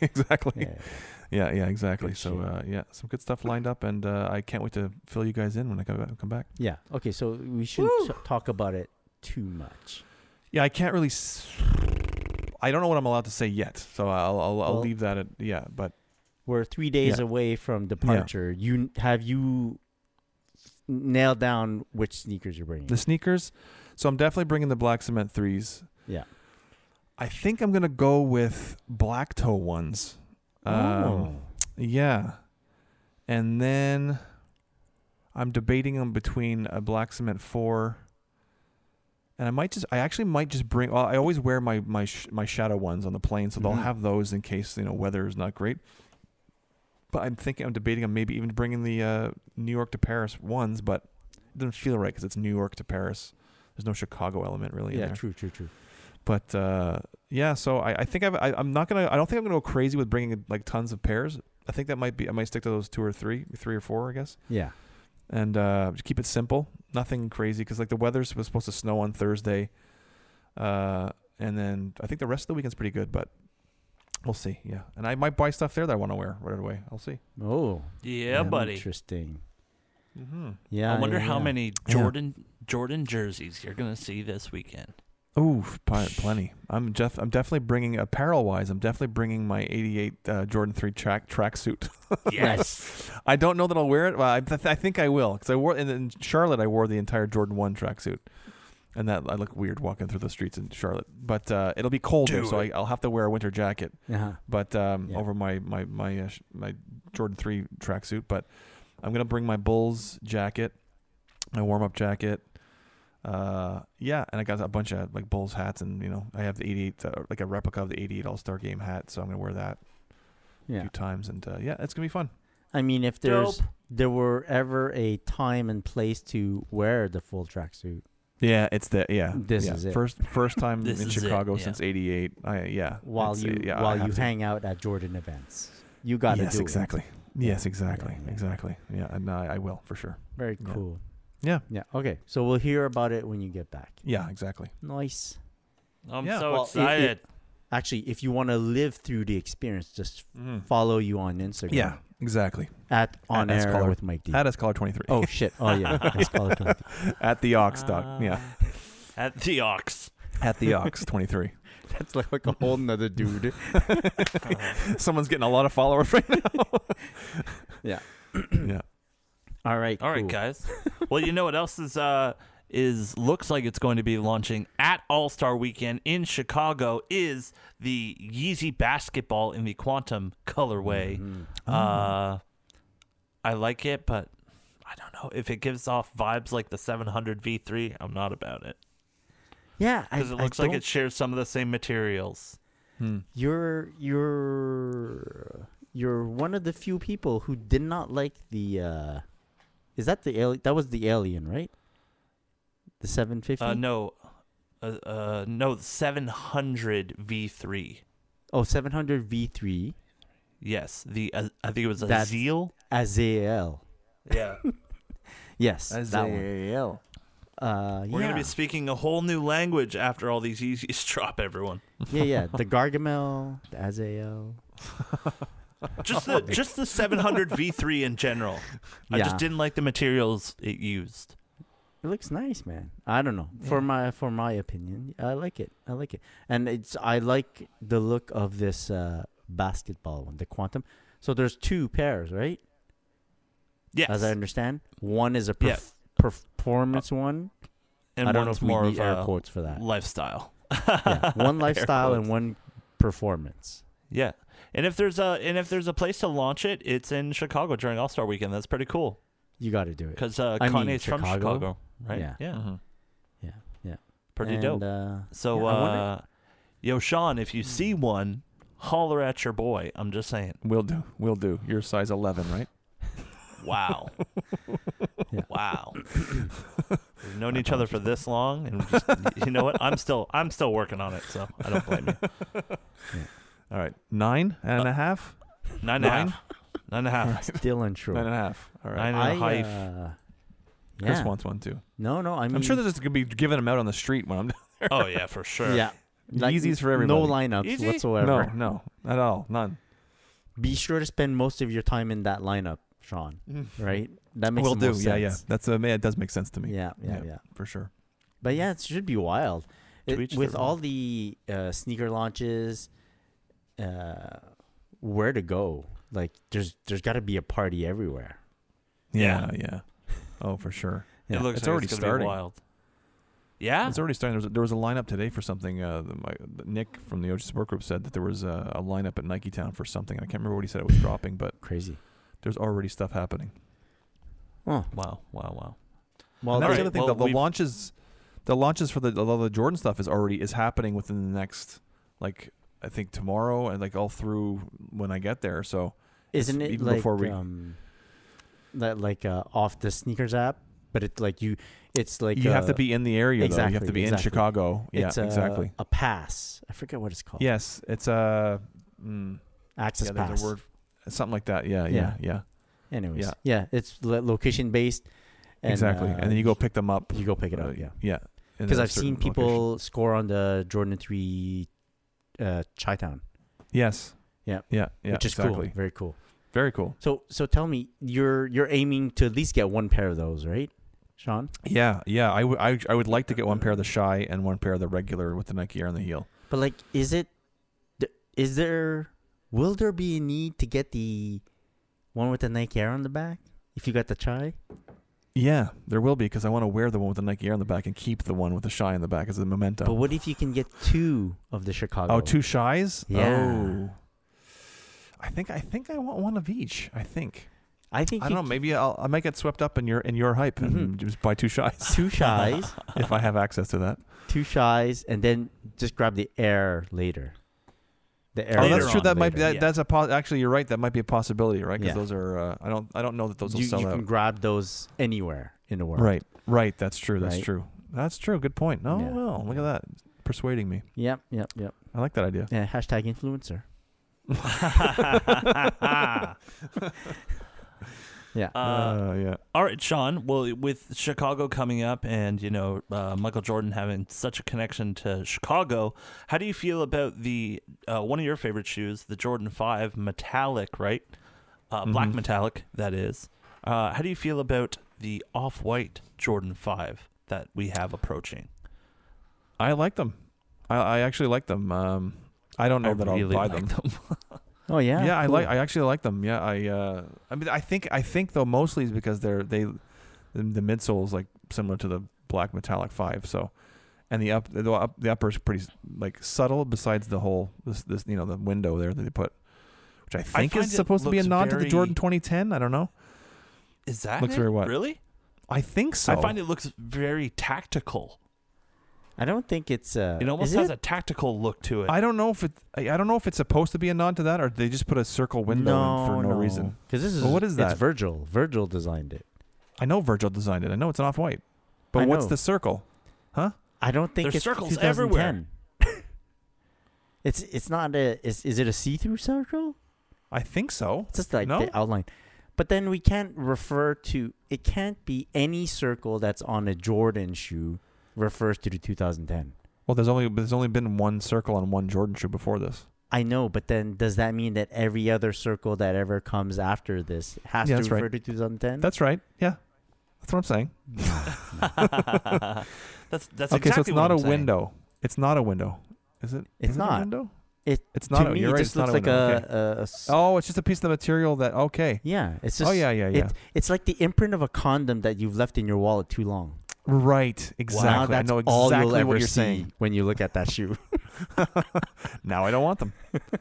Speaker 4: exactly.
Speaker 3: Yeah.
Speaker 4: Yeah, yeah, exactly.
Speaker 3: Good
Speaker 4: So
Speaker 3: shit.
Speaker 4: uh, yeah, some good stuff lined up, and uh, I can't wait to fill you guys in when I come back, come back.
Speaker 3: Yeah. Okay. So we shouldn't t- talk about it too much.
Speaker 4: Yeah, I can't really. S- I don't know what I'm allowed to say yet, so I'll I'll, I'll
Speaker 3: Well-
Speaker 4: leave that at yeah. But
Speaker 3: We're three days
Speaker 4: Yeah.
Speaker 3: away from departure. You n- have you nailed down which sneakers you're bringing?
Speaker 4: the sneakers, so I'm definitely bringing the black cement threes.
Speaker 3: Yeah.
Speaker 4: I think I'm gonna go with black toe ones. Um,
Speaker 3: Oh.
Speaker 4: Yeah. And then I'm debating them between a black cement four. And I might just, I actually might just bring. Well, I always wear my my sh- my shadow ones on the plane, so
Speaker 3: Mhm.
Speaker 4: they'll have those in case you know weather is not great. But I'm thinking, I'm debating, on maybe even bringing the uh, New York to Paris ones, but it doesn't feel right because it's New York to Paris. There's no Chicago element really. in
Speaker 3: yeah.
Speaker 4: there.
Speaker 3: True. True. True.
Speaker 4: But uh, yeah, so I, I think I've, I, I'm not gonna. I don't think I'm gonna go crazy with bringing like tons of pairs. I think that might be. I might stick to those two or three, three or four, I guess,
Speaker 3: Yeah.
Speaker 4: and uh, just keep it simple. Nothing crazy because like the weather's was supposed to snow on Thursday, uh, and then I think the rest of the weekend's pretty good, but we'll see. Yeah, and I might buy stuff there that I want to wear right away. I'll see.
Speaker 3: Oh.
Speaker 2: yeah, buddy.
Speaker 3: Interesting.
Speaker 4: Mm-hmm.
Speaker 3: Yeah.
Speaker 2: I wonder
Speaker 3: yeah,
Speaker 2: how
Speaker 3: yeah.
Speaker 2: many
Speaker 4: Yeah.
Speaker 2: Jordan Jordan jerseys you're gonna see this weekend.
Speaker 4: Ooh, pl- plenty. I'm Jeff. I'm definitely bringing apparel wise. I'm definitely bringing my '88 uh, Jordan Three track tracksuit.
Speaker 2: Yes.
Speaker 4: I don't know that I'll wear it. Well, I, th- I think I will because I wore in, in Charlotte. I wore the entire Jordan One tracksuit, and that I look weird walking through the streets in Charlotte. But uh, it'll be colder,
Speaker 2: Do
Speaker 4: so I,
Speaker 2: it.
Speaker 4: I'll have to wear a winter jacket.
Speaker 3: Uh-huh.
Speaker 4: But um,
Speaker 3: Yeah.
Speaker 4: over my my my uh, sh- my Jordan Three tracksuit. But I'm gonna bring my Bulls jacket, my warm up jacket. Uh, yeah, and I got a bunch of like Bulls hats, and you know I have the '88 uh, like a replica of the '88 All Star Game hat, so I'm gonna wear that a
Speaker 3: Yeah.
Speaker 4: few times, and uh, yeah, it's gonna be fun.
Speaker 3: I mean, if
Speaker 5: Dope.
Speaker 3: there's there were ever a time and place to wear the full tracksuit,
Speaker 4: Yeah, it's the yeah.
Speaker 3: This
Speaker 4: yeah.
Speaker 3: is it.
Speaker 4: First first time
Speaker 2: This
Speaker 4: in
Speaker 2: is it,
Speaker 4: Chicago
Speaker 2: yeah.
Speaker 4: since '88. I yeah.
Speaker 3: while
Speaker 4: it's- uh,
Speaker 3: you
Speaker 4: yeah, I
Speaker 3: while
Speaker 4: have
Speaker 3: you
Speaker 4: to.
Speaker 3: hang out at Jordan events, you got to
Speaker 4: yes,
Speaker 3: do
Speaker 4: exactly. Yes, exactly,
Speaker 3: Yeah, yeah.
Speaker 4: exactly. Yeah, and I, I will for sure.
Speaker 3: it. Very
Speaker 4: Yeah.
Speaker 3: cool.
Speaker 4: Yeah.
Speaker 3: Yeah. Okay. So we'll hear about it when you get back.
Speaker 4: Yeah, exactly.
Speaker 3: Nice.
Speaker 5: I'm
Speaker 4: Yeah,
Speaker 5: so
Speaker 3: well, it-
Speaker 5: excited.
Speaker 3: it- Actually, if you want to live through the experience, just
Speaker 2: Mm-hmm.
Speaker 4: Mm.
Speaker 3: follow you on Instagram.
Speaker 4: Yeah, exactly.
Speaker 3: At on
Speaker 4: At
Speaker 3: air
Speaker 4: Scholar.
Speaker 3: with Mike D.
Speaker 4: At us color 23.
Speaker 3: oh shit. Oh yeah. At Scholar 23.
Speaker 2: Ah.
Speaker 4: at the Ox Doc. Yeah.
Speaker 5: At the Ox.
Speaker 4: at the Ox 23.
Speaker 3: That's like, like a whole nother dude.
Speaker 4: Someone's getting a lot of followers right now.
Speaker 3: Yeah.
Speaker 4: yeah.
Speaker 3: All right.
Speaker 5: All right,
Speaker 3: cool.
Speaker 5: guys.
Speaker 2: well, you know what else is uh is looks like it's going to be launching at All Star Weekend in Chicago is the Yeezy basketball in the Quantum colorway.
Speaker 3: Mm.
Speaker 2: Uh, I like it, but I don't know if it gives off vibes like the 700 V3. I'm not about it
Speaker 3: Yeah, I,
Speaker 2: because it
Speaker 3: I
Speaker 2: looks like
Speaker 3: don't-
Speaker 2: it shares some of the same materials.
Speaker 3: you're you're you're one of the few people who did not like the. uh Is that the alien? That was the alien, right? The seven fifty.
Speaker 2: Uh, no, uh, uh, no, the 700 V3.
Speaker 3: Oh, 700 V3
Speaker 2: Yes, the uh, I think it was
Speaker 3: That's-
Speaker 2: Azil.
Speaker 3: Azael.
Speaker 2: Yeah.
Speaker 3: Yes, that one.
Speaker 4: Azael.
Speaker 3: Uh,
Speaker 2: We're
Speaker 3: yeah.
Speaker 2: gonna be speaking a whole new language after all these Yeezys drop. Everyone,
Speaker 3: yeah, yeah. The Gargamel, the Azael.
Speaker 2: just the just the 700 V3 in general. I
Speaker 3: Yeah.
Speaker 2: just didn't like the materials it used.
Speaker 3: It looks nice, man. I don't know. For my for my opinion, I like it. I like it, and it's I like the look of this uh, basketball one, the quantum. So there's two pairs, right?
Speaker 2: Yes,
Speaker 3: As I understand, one is a perf-
Speaker 2: Yeah. Uh,
Speaker 3: performance one.
Speaker 2: and
Speaker 3: I don't know
Speaker 2: one's
Speaker 3: if we
Speaker 2: more
Speaker 3: need
Speaker 2: of
Speaker 3: air
Speaker 2: a
Speaker 3: quotes for that.
Speaker 2: lifestyle.
Speaker 3: yeah. One
Speaker 2: Air
Speaker 3: lifestyle and
Speaker 2: quotes.
Speaker 3: one performance.
Speaker 2: Yeah, and if there's a and if there's a place to launch it, it's in Chicago during All Star Weekend. That's pretty cool
Speaker 3: You got to do it.
Speaker 2: because uh,
Speaker 3: I mean,
Speaker 2: Kanye's from
Speaker 3: Chicago.
Speaker 2: Chicago, right?
Speaker 3: Yeah. Yeah, yeah.
Speaker 2: pretty
Speaker 3: And,
Speaker 2: dope.
Speaker 3: Uh,
Speaker 2: So,
Speaker 3: yeah, I wonder-
Speaker 2: uh, yo, Sean, if you see one, holler at your boy. I'm just saying.
Speaker 4: Will do. Will do. You're size 11, right?
Speaker 2: Wow.
Speaker 3: Yeah.
Speaker 2: Wow. We've known each other for this long, and just, you know what? I'm still I'm still working on it, so I don't blame you.
Speaker 4: All right. Nine and
Speaker 3: Uh,
Speaker 4: a half?
Speaker 2: Nine and a
Speaker 4: Nine?
Speaker 2: half. Nine and a half.
Speaker 3: still unsure.
Speaker 4: Nine and a half. All right.
Speaker 2: Nine
Speaker 3: I,
Speaker 2: and a half.
Speaker 3: uh,
Speaker 4: Chris
Speaker 3: yeah.
Speaker 4: wants one too.
Speaker 3: No, no. I mean,
Speaker 4: I'm sure they're just going to be giving them out on the street when I'm done.
Speaker 2: Oh yeah, for sure.
Speaker 3: Yeah.
Speaker 4: Yeezys for
Speaker 3: No
Speaker 4: everybody.
Speaker 3: lineups
Speaker 2: Yeezy?
Speaker 3: whatsoever.
Speaker 4: No, no. Not at all. None.
Speaker 3: Be sure to spend most of your time in that lineup, Sean. Right? That makes
Speaker 4: Will
Speaker 3: the
Speaker 4: do.
Speaker 3: most
Speaker 4: Yeah, yeah.
Speaker 3: sense.
Speaker 4: That's a, yeah, it does make sense to me.
Speaker 3: Yeah, yeah, yeah,
Speaker 4: Yeah. For sure.
Speaker 3: But yeah, it should be wild.
Speaker 2: To
Speaker 3: It-
Speaker 2: each
Speaker 3: with
Speaker 2: their
Speaker 3: all the uh, sneaker launches, uh, where to go? Like, there's there's got to be a party everywhere.
Speaker 4: Yeah, yeah. Oh, for sure.
Speaker 3: Yeah.
Speaker 2: It looks
Speaker 4: It's
Speaker 2: like
Speaker 4: already
Speaker 2: it's gonna
Speaker 4: starting.
Speaker 2: Be wild. Yeah.
Speaker 4: It's already starting. There was, there was a lineup today for something. Uh, the, my, the- Nick from the OG Support Group said that there was a, a lineup at Nike Town for something. I can't remember what he said it was dropping, but
Speaker 3: Crazy.
Speaker 4: there's already stuff happening.
Speaker 3: Oh,
Speaker 2: Wow. Wow. Wow.
Speaker 3: well,
Speaker 4: And
Speaker 2: All
Speaker 4: that's
Speaker 2: right,
Speaker 4: the other thing.
Speaker 2: well,
Speaker 4: the, the
Speaker 2: we've-
Speaker 4: launches, the launches for the a lot of the Jordan stuff is already is happening within the next like I think tomorrow and like all through when I get there. So
Speaker 3: isn't it
Speaker 4: even
Speaker 3: like
Speaker 4: before we-
Speaker 3: um, that like uh, off the sneakers app? But it's like you, it's like
Speaker 4: you have to
Speaker 3: uh,
Speaker 4: be in the area. Though. You have
Speaker 3: exactly,
Speaker 4: to be in
Speaker 3: exactly.
Speaker 4: Chicago. Yeah,
Speaker 3: It's uh, oh. a,
Speaker 4: exactly.
Speaker 3: a pass. I forget what it's called.
Speaker 4: Yes, it's a. Mm,
Speaker 3: access
Speaker 4: yeah,
Speaker 3: pass.
Speaker 4: there's a word. Something like that. Yeah,
Speaker 3: Yeah.
Speaker 4: yeah, yeah.
Speaker 3: Anyways, yeah,
Speaker 4: Yeah.
Speaker 3: it's lo- location based. And,
Speaker 4: exactly.
Speaker 3: uh,
Speaker 4: and then you go pick them up.
Speaker 3: you go pick it up.
Speaker 4: Uh,
Speaker 3: yeah,
Speaker 4: yeah. in
Speaker 3: because
Speaker 4: a
Speaker 3: I've seen
Speaker 4: certain location.
Speaker 3: people score on the Jordan Three, uh, Chi Town,
Speaker 4: Yes.
Speaker 3: Yeah.
Speaker 4: Yeah. Yeah.
Speaker 3: which is
Speaker 4: exactly.
Speaker 3: cool, very cool.
Speaker 4: Very cool.
Speaker 3: So, so tell me, you're you're aiming to at least get one pair of those, right, Sean?
Speaker 4: Yeah. Yeah. I would. I, I would like to get one pair of the shy and one pair of the regular with the Nike Air on the heel.
Speaker 3: But like, is it, th- is there, will there be a need to get the one with the Nike Air on the back if you got the Chai?
Speaker 4: Yeah, there will be because I want to wear the one with the Nike Air on the back and keep the one with the shy in the back as a memento.
Speaker 3: But what if you can get two of the Chicago?
Speaker 4: Oh, two shies.
Speaker 3: Yeah.
Speaker 4: Oh. I think I think I want one of each. I think
Speaker 3: I think
Speaker 4: I
Speaker 3: you
Speaker 4: don't know. Maybe I'll, I might get swept up in your in your hype
Speaker 3: Mm-hmm.
Speaker 4: and just buy two shies
Speaker 3: two Shies.
Speaker 4: if I have access to that.
Speaker 3: two shies, and then just grab the air later. The air.
Speaker 4: Oh,
Speaker 2: Later
Speaker 4: that's true.
Speaker 2: on,
Speaker 4: that might be,
Speaker 3: later.
Speaker 4: that,
Speaker 2: yeah.
Speaker 4: that's a pos- actually you're right. That might be a possibility, right? Because
Speaker 3: Yeah.
Speaker 4: those are uh, I don't I don't know that those will
Speaker 3: you,
Speaker 4: sell
Speaker 3: you
Speaker 4: out.
Speaker 3: can grab those anywhere in the world.
Speaker 4: Right, right. That's true. That's
Speaker 3: Right?
Speaker 4: true. That's true. Good point. No,
Speaker 3: Yeah.
Speaker 4: well, look at that, persuading me.
Speaker 3: Yep. Yep. Yep.
Speaker 4: I like that idea.
Speaker 3: Yeah. Hashtag influencer. Yeah.
Speaker 4: Uh, yeah.
Speaker 2: All right, Sean. Well, with Chicago coming up and, you know, uh, Michael Jordan having such a connection to Chicago, how do you feel about the uh, one of your favorite shoes, the Jordan 5 metallic, right? Uh, Black metallic, that is. Uh, how do you feel about the off white Jordan 5 that we have approaching?
Speaker 4: I like them. I, I actually like them. Um, I don't know
Speaker 2: I
Speaker 4: that
Speaker 2: really
Speaker 4: I'll buy
Speaker 2: like
Speaker 4: them.
Speaker 2: them.
Speaker 3: Oh yeah.
Speaker 4: Yeah, I
Speaker 3: cool.
Speaker 4: like. I actually like them. Yeah, I. Uh, I mean, I think. I think though mostly is because they're they, the, the midsole is like similar to the black metallic five. So, and the up the, up, the upper is pretty like subtle. Besides the whole this this you know the window there that they put, which I think
Speaker 2: find
Speaker 4: is
Speaker 2: it
Speaker 4: supposed to be a
Speaker 2: looks
Speaker 4: nod to the
Speaker 2: very-
Speaker 4: Jordan 2010. I don't know.
Speaker 2: Is that
Speaker 4: Looks
Speaker 2: it?
Speaker 4: very what?
Speaker 2: Really?
Speaker 4: I think so.
Speaker 2: I find it looks very tactical.
Speaker 3: I don't think it's. Uh,
Speaker 2: It almost
Speaker 3: is
Speaker 2: has a tactical look to it.
Speaker 4: I don't know if it. I I don't know if it's supposed to be a nod to that, or they just put a circle window in for no, reason.
Speaker 3: Because this is
Speaker 4: Well, what is that?
Speaker 3: It's Virgil. Virgil designed it.
Speaker 4: I know Virgil designed it. I know it's an off-white, but
Speaker 3: I
Speaker 4: what's
Speaker 3: know.
Speaker 4: the circle?
Speaker 3: I don't think
Speaker 2: There's
Speaker 3: it's
Speaker 2: circles
Speaker 3: 2010. it's it's not a. Is is it a see-through circle?
Speaker 4: I think so.
Speaker 3: It's just like
Speaker 4: No?
Speaker 3: the outline. But then we can't refer to. It can't be any circle that's on a Jordan shoe refers to the 2010.
Speaker 4: Well, there's only there's only been one circle on one Jordan shoe before this.
Speaker 3: I know, but then does that mean that every other circle that ever comes after this has
Speaker 4: Yeah,
Speaker 3: to
Speaker 4: that's right.
Speaker 3: refer to 2010?
Speaker 4: That's right. Yeah, that's what I'm saying.
Speaker 2: that's that's
Speaker 4: okay, so it's
Speaker 2: exactly what
Speaker 4: not
Speaker 2: I'm
Speaker 4: a
Speaker 2: saying.
Speaker 4: window. It's not a window, is it?
Speaker 3: It's
Speaker 4: is It a
Speaker 3: not.
Speaker 4: window.
Speaker 3: It-
Speaker 4: It's not.
Speaker 3: to
Speaker 4: a,
Speaker 3: me,
Speaker 4: you're
Speaker 3: it
Speaker 4: right,
Speaker 3: just
Speaker 4: it's not
Speaker 3: looks like
Speaker 4: window.
Speaker 3: a,
Speaker 4: Okay.
Speaker 3: a- a s-
Speaker 4: Oh, it's just a piece of the material that. Okay.
Speaker 3: yeah. It's
Speaker 4: Oh,
Speaker 3: just
Speaker 4: yeah, yeah,
Speaker 3: It, it's like the imprint of a condom that you've left in your wallet too long.
Speaker 4: Right.
Speaker 3: Now
Speaker 4: Exactly. I
Speaker 3: that's
Speaker 4: know
Speaker 3: all
Speaker 4: exactly
Speaker 3: you'll ever
Speaker 4: what you're
Speaker 3: see
Speaker 4: saying.
Speaker 3: when you look at that shoe.
Speaker 4: Now I don't want them.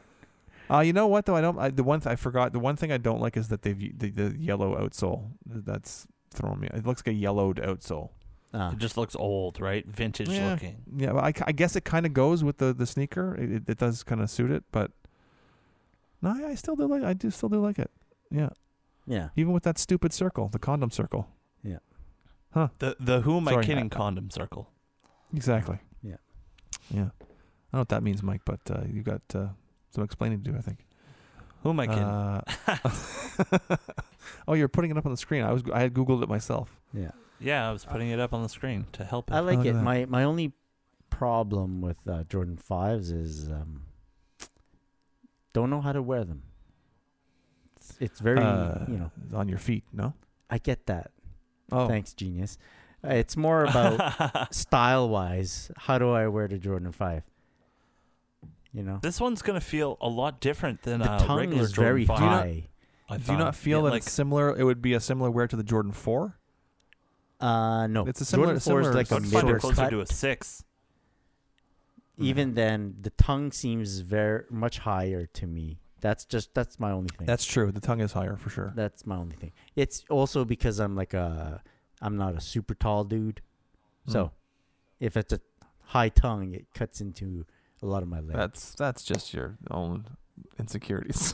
Speaker 4: uh, you know what though? I don't. I, the one th- I forgot. The one thing I don't like is that they've the, the yellow outsole. That's throwing me. It looks like a yellowed outsole.
Speaker 3: Ah.
Speaker 2: It just looks old, right? Vintage
Speaker 4: Yeah.
Speaker 2: looking.
Speaker 4: Yeah, well, I, c- I guess it kind of goes with the the sneaker. It, it, it does kind of suit it, but no, I, I still do like. I do still do like it. Yeah,
Speaker 3: yeah.
Speaker 4: even with that stupid circle, the condom circle.
Speaker 2: The the who am I
Speaker 4: Sorry,
Speaker 2: kidding
Speaker 4: I-
Speaker 2: condom circle.
Speaker 4: Exactly.
Speaker 3: Yeah.
Speaker 4: Yeah. I don't know what that means, Mike, but uh, you've got uh, some explaining to do. I think.
Speaker 2: Who am I kidding?
Speaker 4: Uh, oh, you're putting it up on the screen. I was I had googled it myself.
Speaker 3: Yeah.
Speaker 2: yeah, I was putting it up on the screen to help.
Speaker 3: I
Speaker 2: it.
Speaker 3: like
Speaker 4: look at
Speaker 3: it.
Speaker 4: that.
Speaker 3: My my only problem with uh, Jordan 5s is um, don't know how to wear them. It's, it's very,
Speaker 4: Uh,
Speaker 3: you know,
Speaker 4: on your feet. No.
Speaker 3: I get that.
Speaker 4: Oh,
Speaker 3: Thanks, genius. Uh, it's more about style wise. How do I wear the Jordan 5? You know,
Speaker 2: this one's gonna feel a lot different than
Speaker 3: the
Speaker 2: uh,
Speaker 3: tongue
Speaker 2: regular
Speaker 3: is
Speaker 2: Jordan
Speaker 3: very
Speaker 2: 5.
Speaker 3: high.
Speaker 2: I
Speaker 4: do you
Speaker 2: found.
Speaker 4: not feel
Speaker 2: Yeah,
Speaker 4: that
Speaker 2: like
Speaker 4: it's similar? It would be a similar wear to the Jordan Four.
Speaker 3: Uh, no,
Speaker 4: It's a similar-
Speaker 3: Jordan 4 is
Speaker 4: similar
Speaker 3: like
Speaker 2: I
Speaker 3: a
Speaker 2: would find
Speaker 3: middle
Speaker 2: it closer
Speaker 3: cut.
Speaker 2: to a six.
Speaker 3: Even then, the tongue seems very much higher to me. That's just that's my only thing.
Speaker 4: That's true. The tongue is higher for sure.
Speaker 3: That's my only thing. It's also because I'm like a I'm not a super tall dude. So if it's a high tongue, it cuts into a lot of my legs.
Speaker 4: That's that's just your own insecurities.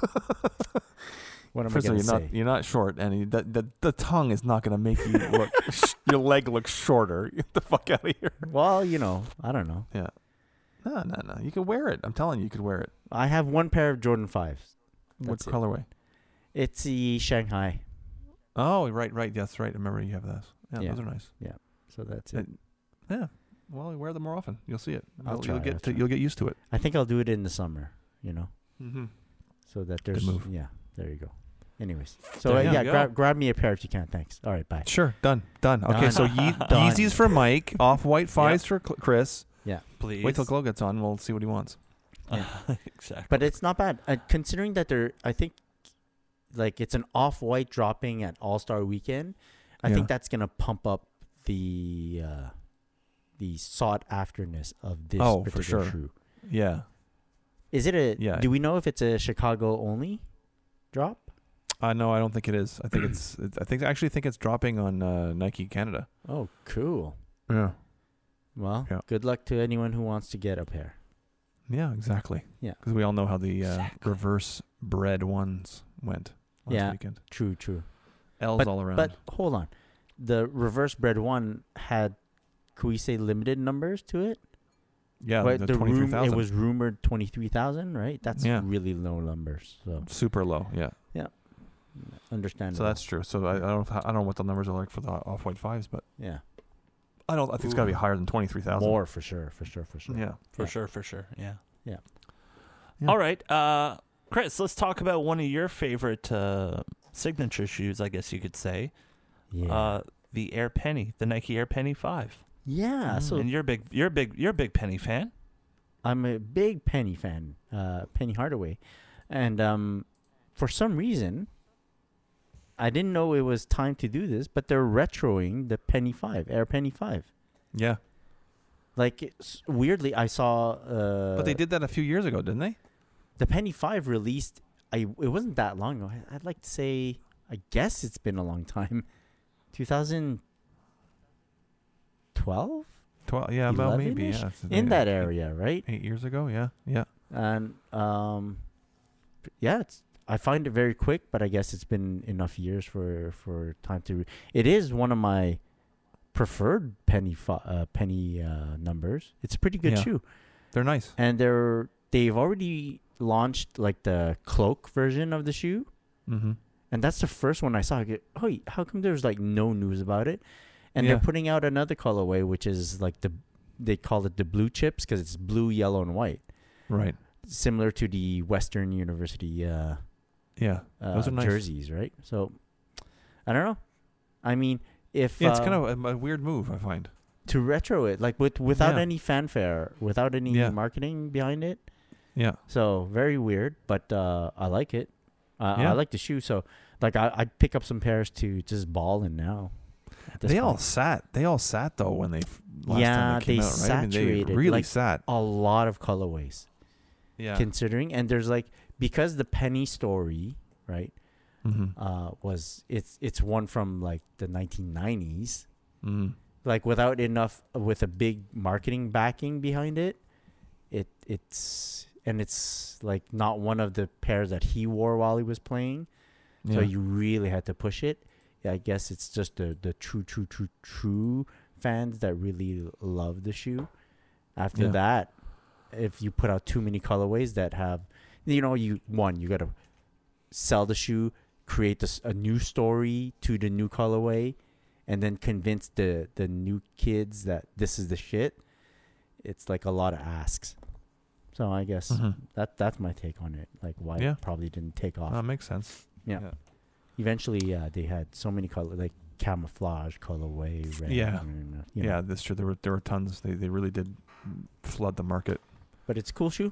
Speaker 3: what am
Speaker 4: First
Speaker 3: I gonna
Speaker 4: of all, you're
Speaker 3: say?
Speaker 4: not you're not short, and you- that the, the tongue is not going to make you look sh- your leg look shorter. Get the fuck out of here.
Speaker 3: well, you know, I don't know.
Speaker 4: Yeah. No, no, no. You could wear it. I'm telling you, you could wear it.
Speaker 3: I have one pair of Jordan fives.
Speaker 4: What
Speaker 3: That's it.
Speaker 4: colorway?
Speaker 3: It's the Shanghai.
Speaker 4: Oh, right, right. That's right. I remember you have those. Yeah,
Speaker 3: Yeah.
Speaker 4: those are nice.
Speaker 3: So that's it.
Speaker 4: Yeah. Well, you wear them more often. You'll see it.
Speaker 3: I'll
Speaker 4: you'll,
Speaker 3: try,
Speaker 4: you'll get
Speaker 3: I'll
Speaker 4: to,
Speaker 3: try.
Speaker 4: you'll get used to it.
Speaker 3: I think I'll do it in the summer, you know.
Speaker 4: Mm-hmm.
Speaker 3: So that there's
Speaker 4: move.
Speaker 3: yeah, there you go. Anyways. So
Speaker 4: There
Speaker 3: uh,
Speaker 4: you
Speaker 3: yeah,
Speaker 4: go.
Speaker 3: grab grab me a pair if you can. Thanks. All right, bye.
Speaker 4: Sure. Done. Done. Okay. So Ye-
Speaker 3: Done.
Speaker 4: Yeezys for Mike, off white fives for Cl- Chris.
Speaker 2: Please
Speaker 4: Wait till Chloe gets on. We'll see what he wants.
Speaker 2: exactly.
Speaker 3: But it's not bad. Uh, considering that they're, I think, like it's an off white dropping at All Star Weekend. I
Speaker 4: Yeah.
Speaker 3: think that's gonna pump up the uh, the sought afterness of this
Speaker 4: Oh, for
Speaker 3: particular
Speaker 4: sure.
Speaker 3: shoe.
Speaker 4: Yeah.
Speaker 3: Is it a?
Speaker 4: Yeah.
Speaker 3: Do we know if it's a Chicago only drop?
Speaker 4: Uh, no, I don't think it is. I think it's. It, I think I actually think it's dropping on uh, Nike Canada.
Speaker 3: Oh, cool.
Speaker 4: Yeah.
Speaker 3: Well,
Speaker 4: Yeah.
Speaker 3: good luck to anyone who wants to get a pair.
Speaker 4: Yeah. Exactly.
Speaker 3: Yeah.
Speaker 4: Because we all know how the uh,
Speaker 2: Exactly.
Speaker 4: reverse bread ones went last
Speaker 3: Yeah.
Speaker 4: weekend.
Speaker 3: True, true.
Speaker 4: L's all around.
Speaker 3: But hold on, the reverse bread one had, could we say limited numbers to it?
Speaker 4: yeah,
Speaker 3: But
Speaker 4: the,
Speaker 3: the
Speaker 4: twenty three
Speaker 3: room, it
Speaker 4: thousand
Speaker 3: was rumored twenty three thousand, right? That's
Speaker 4: Yeah.
Speaker 3: really low numbers, so
Speaker 4: super low. Yeah.
Speaker 3: understandable.
Speaker 4: So that's true. So I, I don't. I don't know what the numbers are like for the off white fives, but
Speaker 3: yeah,
Speaker 4: I don't. I think it's got to be higher than twenty three thousand.
Speaker 3: more for sure, for sure, for sure.
Speaker 4: Yeah.
Speaker 2: For
Speaker 3: Yeah.
Speaker 2: sure, for sure. Yeah.
Speaker 3: Yeah.
Speaker 4: Yeah.
Speaker 2: All right. Uh Chris, let's talk about one of your favorite uh signature shoes, I guess you could say.
Speaker 3: yeah,
Speaker 2: Uh the Air Penny, the Nike Air Penny 5.
Speaker 3: yeah. So
Speaker 2: Mm.
Speaker 4: mm,
Speaker 2: and you're a big you're a big you're a big Penny fan.
Speaker 3: I'm a big Penny fan, uh, Penny Hardaway, and um, for some reason, I didn't know it was time to do this, but they're retroing the Penny Five, Air Penny Five.
Speaker 4: Yeah,
Speaker 3: Like it's, weirdly, I saw. Uh,
Speaker 4: but they did that a few years ago, didn't they?
Speaker 3: the Penny Five released. I it wasn't that long ago. I, I'd like to say, I guess it's been a long time, 2012,
Speaker 4: Twelve. Yeah, well, maybe.
Speaker 3: 11-ish?
Speaker 4: Yeah, it's
Speaker 3: in that
Speaker 4: eight-
Speaker 3: area, right?
Speaker 4: Eight years ago. Yeah, yeah.
Speaker 3: And um, p- yeah, it's I find it very quick, but I guess it's been enough years for for time to. Re- it is one of my preferred penny fi- uh, penny uh, numbers. It's a pretty good
Speaker 4: Yeah.
Speaker 3: shoe,
Speaker 4: They're nice.
Speaker 3: and they're they've already launched like the cloak version of the shoe.
Speaker 4: Mm-hmm.
Speaker 3: And that's the first one I saw. I go, oh, how come there's like no news about it? And they're
Speaker 4: Yeah.
Speaker 3: putting out another colorway, which is like the they call it the blue chips because it's blue, yellow, and white,
Speaker 4: Right.
Speaker 3: similar to the Western University uh,
Speaker 4: Yeah.
Speaker 3: uh,
Speaker 4: Those are nice.
Speaker 3: jerseys, right? So I don't know. I mean, if
Speaker 4: Yeah, it's
Speaker 3: uh,
Speaker 4: kind of a, a weird move, I find.
Speaker 3: to retro it like with without
Speaker 4: Yeah.
Speaker 3: any fanfare, without any
Speaker 4: Yeah.
Speaker 3: marketing behind it.
Speaker 4: Yeah.
Speaker 3: So very weird, but uh, I like it. Uh, I
Speaker 4: Yeah.
Speaker 3: like the shoe, so like I, I'd pick up some pairs to just ball in now. at this
Speaker 4: They all
Speaker 3: point.
Speaker 4: sat. They all sat though when they f- last
Speaker 3: Yeah,
Speaker 4: time they
Speaker 3: they
Speaker 4: came out, right? I mean, they
Speaker 3: saturated,
Speaker 4: really
Speaker 3: like-
Speaker 4: sat.
Speaker 3: a lot of colorways
Speaker 4: Yeah.
Speaker 3: considering, and there's like because the penny story right
Speaker 4: hmm
Speaker 3: uh, was it's it's one from like the 1990s,
Speaker 4: hmm
Speaker 3: like without enough with a big marketing backing behind it, it it's and it's like not one of the pairs that he wore while he was playing.
Speaker 4: Yeah.
Speaker 3: So you really had to push it. Yeah, I guess it's just the the true, true, true, true fans that really l- love the shoe. After
Speaker 4: Yeah.
Speaker 3: that, if you put out too many colorways that have, you know, you one you gotta sell the shoe, create this, a new story to the new colorway, and then convince the the new kids that this is the shit. It's like a lot of asks. So I guess
Speaker 4: Mhm.
Speaker 3: that that's my take on it. Like why
Speaker 4: Yeah.
Speaker 3: it probably didn't take off
Speaker 4: That makes sense.
Speaker 3: eventually yeah they had so many color like camouflage colorway red
Speaker 4: Yeah.
Speaker 3: and, uh, you know.
Speaker 4: Yeah, this year there were there were tons. They they really did flood the market.
Speaker 3: but it's a cool shoe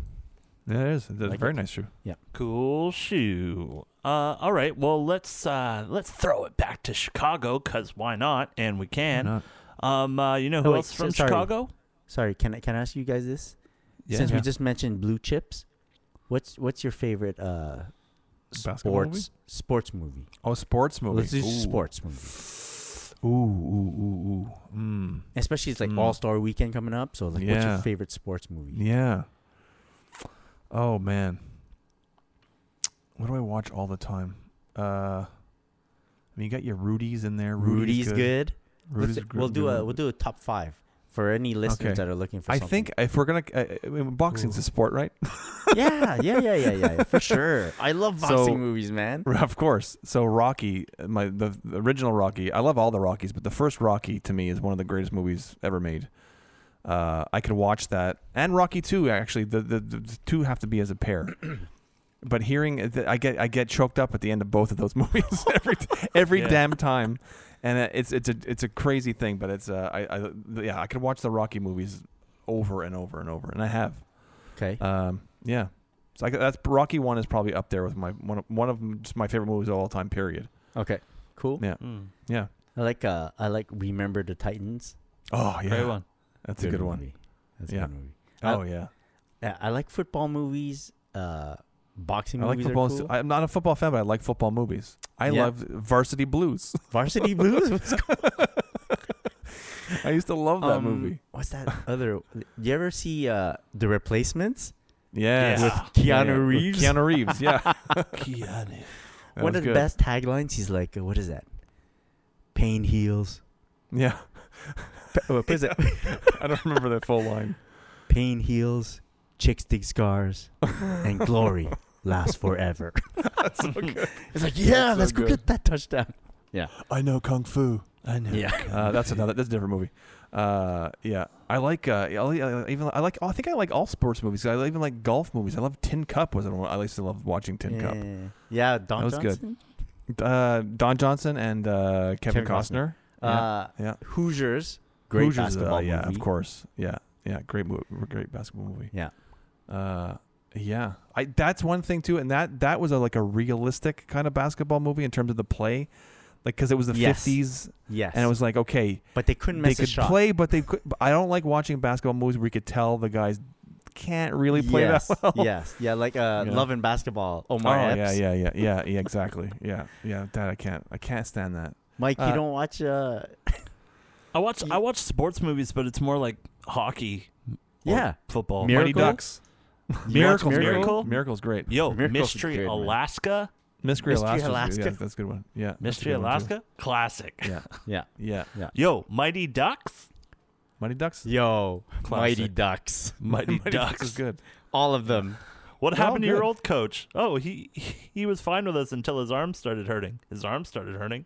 Speaker 4: Yeah, it is. It's a
Speaker 3: Like
Speaker 4: very
Speaker 3: it.
Speaker 4: nice shoe.
Speaker 2: Cool shoe. Uh, all right. Well, let's uh, let's throw it back to Chicago because why not? And we can.
Speaker 4: Not-
Speaker 2: Um, uh, you know who
Speaker 3: wait,
Speaker 2: else from
Speaker 3: so- sorry.
Speaker 2: Chicago?
Speaker 3: sorry can i can i ask you guys this
Speaker 4: yeah.
Speaker 3: since
Speaker 4: yeah.
Speaker 3: we just mentioned blue chips what's what's your favorite uh
Speaker 4: Basketball
Speaker 3: sports
Speaker 4: movie?
Speaker 3: sports movie
Speaker 4: oh sports movie.
Speaker 3: let's do
Speaker 4: Ooh.
Speaker 3: sports movie
Speaker 4: Ooh ooh ooh ooh. Mm.
Speaker 3: especially it's like
Speaker 4: Mm.
Speaker 3: all-star weekend coming up so like what's your
Speaker 4: Yeah.
Speaker 3: favorite sports movie
Speaker 4: Yeah. Oh man. What do I watch all the time? Uh, I mean, you got your Rudy's in there.
Speaker 3: rudy's,
Speaker 4: Rudy's,
Speaker 3: good,
Speaker 4: Rudy's
Speaker 3: Let's,
Speaker 4: gr-
Speaker 3: we'll do
Speaker 4: good.
Speaker 3: a we'll do a top five for any listeners
Speaker 4: Okay.
Speaker 3: that are looking for
Speaker 4: I
Speaker 3: something.
Speaker 4: think if we're gonna, uh, I mean, boxing's
Speaker 2: Ooh.
Speaker 4: a sport, right?
Speaker 3: yeah yeah yeah yeah yeah for sure i love
Speaker 4: So-
Speaker 3: boxing movies man
Speaker 4: of course. So Rocky, uh, my the, the original Rocky. I love all the Rockies, but the first Rocky to me is one of the greatest movies ever made. Uh, I could watch that and Rocky two. Actually, the, the the the two have to be as a pair. But hearing it, th- I get I get choked up at the end of both of those movies every every
Speaker 2: Yeah.
Speaker 4: damn time, and uh, it's it's a it's a crazy thing. But it's uh, I, I yeah I could watch the Rocky movies over and over and over, and I have.
Speaker 3: okay
Speaker 4: Um, yeah. So I, got- that's Rocky One is probably up there with my one of, one of m- just my favorite movies of all time. Period.
Speaker 3: okay cool
Speaker 4: Yeah.
Speaker 2: Mm,
Speaker 4: Yeah.
Speaker 3: I like uh I like Remember the Titans.
Speaker 4: Oh yeah.
Speaker 2: Great one.
Speaker 4: That's a good one.
Speaker 3: movie. That's a
Speaker 4: Yeah.
Speaker 3: good movie.
Speaker 4: Oh yeah.
Speaker 3: Yeah, I like football movies, uh boxing
Speaker 4: I like
Speaker 3: movies
Speaker 4: football.
Speaker 3: are cool.
Speaker 4: I'm not a football fan, but I like football movies. I
Speaker 3: Yeah.
Speaker 4: love Varsity Blues.
Speaker 3: Varsity Blues. was cool.
Speaker 4: I used to love that
Speaker 3: Um,
Speaker 4: movie.
Speaker 3: What's that other you ever see uh The Replacements?
Speaker 4: Yes.
Speaker 2: With
Speaker 3: Keanu
Speaker 4: Yeah, yeah. With
Speaker 3: Reeves.
Speaker 4: Keanu Reeves. Yeah. That
Speaker 2: Keanu.
Speaker 4: was
Speaker 3: One of the
Speaker 4: good.
Speaker 3: best taglines he's like, uh, what is that? Pain heals.
Speaker 4: Yeah.
Speaker 3: Pa- what is it?
Speaker 4: I don't remember that full line.
Speaker 3: Pain heals, chicks dig scars, and glory lasts forever.
Speaker 4: That's so good.
Speaker 3: It's like, yeah,
Speaker 4: so
Speaker 3: let's go
Speaker 4: good.
Speaker 3: get that touchdown.
Speaker 4: I know kung fu.
Speaker 2: I know.
Speaker 3: Yeah.
Speaker 4: Uh, that's another. That's a different movie. Uh, yeah, I like. Uh, I li- I even I like. Oh, I think I like all sports movies. I even like golf movies. I love Tin Cup. Was another one. I used to love watching Tin
Speaker 3: yeah. Yeah, Don
Speaker 4: That was good.
Speaker 3: Johnson.
Speaker 4: Cup. Uh, Don Johnson and uh,
Speaker 3: Kevin
Speaker 4: Kevin, Costner.
Speaker 3: Costner.
Speaker 4: Yeah.
Speaker 3: Uh,
Speaker 4: yeah.
Speaker 3: Hoosiers. Great
Speaker 4: Hoosiers, uh,
Speaker 3: basketball
Speaker 4: yeah,
Speaker 3: movie.
Speaker 4: of course. Yeah, yeah. Great movie. Great basketball movie.
Speaker 3: Yeah.
Speaker 4: Uh, yeah, I that's one thing too, and that that was a, like a realistic kind of basketball movie in terms of the play, like because it was the
Speaker 3: Yes.
Speaker 4: fifties,
Speaker 3: Yes.
Speaker 4: and it was like okay,
Speaker 3: but they couldn't
Speaker 4: they
Speaker 3: miss a
Speaker 4: could
Speaker 3: shot.
Speaker 4: play, but they could. But I don't like watching basketball movies where you could tell the guys can't really play
Speaker 3: yes.
Speaker 4: that well.
Speaker 3: Yes. Yeah, like uh,
Speaker 4: You know?
Speaker 3: Love and Basketball.
Speaker 4: Oh
Speaker 3: Omar
Speaker 4: yeah,
Speaker 3: Epps.
Speaker 4: yeah, yeah, yeah, yeah. Exactly. Yeah, yeah. That I can't. I can't stand that.
Speaker 3: Mike, you
Speaker 4: Uh, oh,
Speaker 3: don't watch uh
Speaker 2: I watch I watch sports movies, but it's more like hockey,
Speaker 3: Yeah.
Speaker 2: football.
Speaker 3: Mir-
Speaker 4: Mighty
Speaker 3: Miracle?
Speaker 4: Ducks.
Speaker 3: You watch
Speaker 4: Miracle's great.
Speaker 2: Miracle?
Speaker 4: Miracle's great.
Speaker 2: Yo,
Speaker 3: Miracle's
Speaker 2: Mystery
Speaker 3: great, man.
Speaker 2: Alaska,
Speaker 4: Mystery,
Speaker 3: Mystery
Speaker 4: Alaska's-
Speaker 3: Alaska.
Speaker 4: Yeah, that's a good one. Yeah. that's a
Speaker 2: Mystery
Speaker 4: good one, too.
Speaker 2: Alaska, classic.
Speaker 4: Yeah.
Speaker 3: Yeah.
Speaker 4: Yeah.
Speaker 2: Yo, Mighty Ducks,
Speaker 4: Mighty Ducks.
Speaker 3: Yo, Mighty
Speaker 2: Classic.
Speaker 3: Ducks.
Speaker 2: Mighty, Ducks.
Speaker 4: is good.
Speaker 3: All of them.
Speaker 2: What
Speaker 4: They're all
Speaker 2: happened to your
Speaker 4: good.
Speaker 2: old coach? Oh, he he was fine with us until his arm started hurting. His arm started hurting.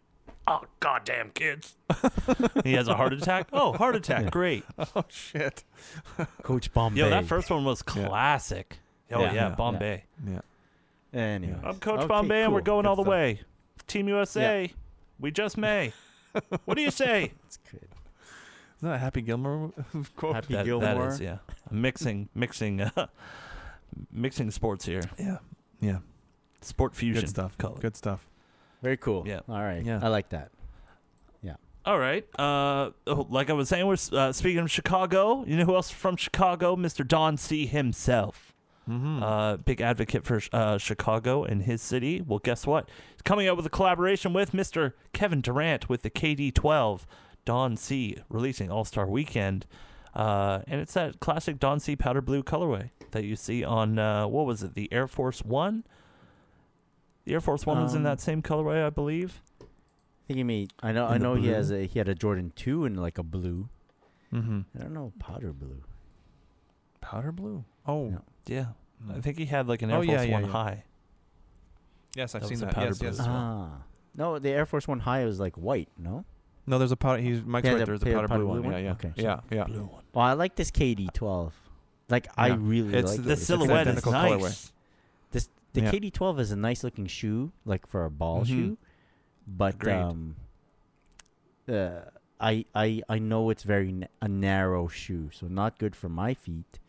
Speaker 2: Oh, goddamn kids! he has a heart attack. Oh, heart attack. Great.
Speaker 4: Oh shit.
Speaker 3: Coach Bombay.
Speaker 2: Yo, that first one was
Speaker 4: Yeah.
Speaker 2: classic. Oh
Speaker 3: Yeah.
Speaker 2: yeah,
Speaker 3: Yeah.
Speaker 2: Bombay.
Speaker 4: Yeah.
Speaker 3: Anyway.
Speaker 2: I'm Coach
Speaker 3: Okay,
Speaker 2: Bombay, and we're
Speaker 3: cool.
Speaker 2: going
Speaker 4: Good
Speaker 2: all the
Speaker 4: stuff.
Speaker 2: way. Team USA. We just may. what do you say?
Speaker 3: That's good.
Speaker 4: Isn't that a Happy Gilmore quote?
Speaker 3: Happy
Speaker 2: That-
Speaker 3: Gilmore.
Speaker 2: That is, yeah. I'm mixing, mixing, uh, mixing sports here.
Speaker 4: Yeah. Yeah.
Speaker 2: Sport fusion
Speaker 4: Good stuff.
Speaker 2: Color.
Speaker 4: Good stuff.
Speaker 3: Very cool.
Speaker 2: Yeah.
Speaker 3: All right.
Speaker 4: Yeah.
Speaker 3: I like that.
Speaker 2: All right. Uh, oh, like I was saying, we're uh, speaking of Chicago. You know who else from Chicago? Mr. Don C. himself.
Speaker 4: Mm-hmm.
Speaker 2: Uh, big advocate for uh, Chicago and his city. Well, guess what? He's coming out with a collaboration with Mr. Kevin Durant with the KD12. Don C. releasing All Star Weekend. Uh, and it's that classic Don C. powder blue colorway that you see on, uh, what was it, the Air Force One? The Air Force One was in
Speaker 3: Um,
Speaker 2: that same colorway, I believe.
Speaker 3: I think he made. I know. I
Speaker 4: And the
Speaker 3: know he has
Speaker 4: blue.
Speaker 3: a. He had a Jordan two and like a blue.
Speaker 4: mm-hmm.
Speaker 3: I don't know powder blue.
Speaker 4: Powder blue. Oh.
Speaker 3: Yeah.
Speaker 2: Yeah. I
Speaker 4: Mm.
Speaker 2: think he had like an Air
Speaker 4: Oh, yeah,
Speaker 2: Force
Speaker 4: yeah,
Speaker 2: One
Speaker 4: yeah.
Speaker 2: high.
Speaker 4: Yes, I've
Speaker 2: That
Speaker 4: seen
Speaker 2: was a
Speaker 4: that.
Speaker 2: powder
Speaker 4: Yes,
Speaker 2: blue.
Speaker 4: yes.
Speaker 2: well.
Speaker 3: Ah. No, the Air Force One high was like white. No.
Speaker 4: No, there's a powder. He's Mike's
Speaker 3: Yeah,
Speaker 4: right.
Speaker 3: the
Speaker 4: There's a
Speaker 3: pale
Speaker 4: powder,
Speaker 3: powder
Speaker 4: blue,
Speaker 3: blue
Speaker 4: one.
Speaker 3: one?
Speaker 4: Yeah. Yeah.
Speaker 3: Okay,
Speaker 4: yeah. Yeah.
Speaker 2: Blue one.
Speaker 3: Oh, I like this KD twelve. Like I
Speaker 4: Yeah.
Speaker 3: really
Speaker 4: It's
Speaker 3: like
Speaker 4: the
Speaker 2: The
Speaker 3: it.
Speaker 4: silhou-
Speaker 2: silhouette is
Speaker 4: identical
Speaker 2: nice.
Speaker 4: colorway.
Speaker 3: This the
Speaker 4: Yeah.
Speaker 3: KD twelve is a nice looking shoe, like for a ball
Speaker 4: Mhm.
Speaker 3: shoe. But
Speaker 2: Agreed.
Speaker 3: um, uh, I I I know it's very n- a narrow shoe, so not good for my feet.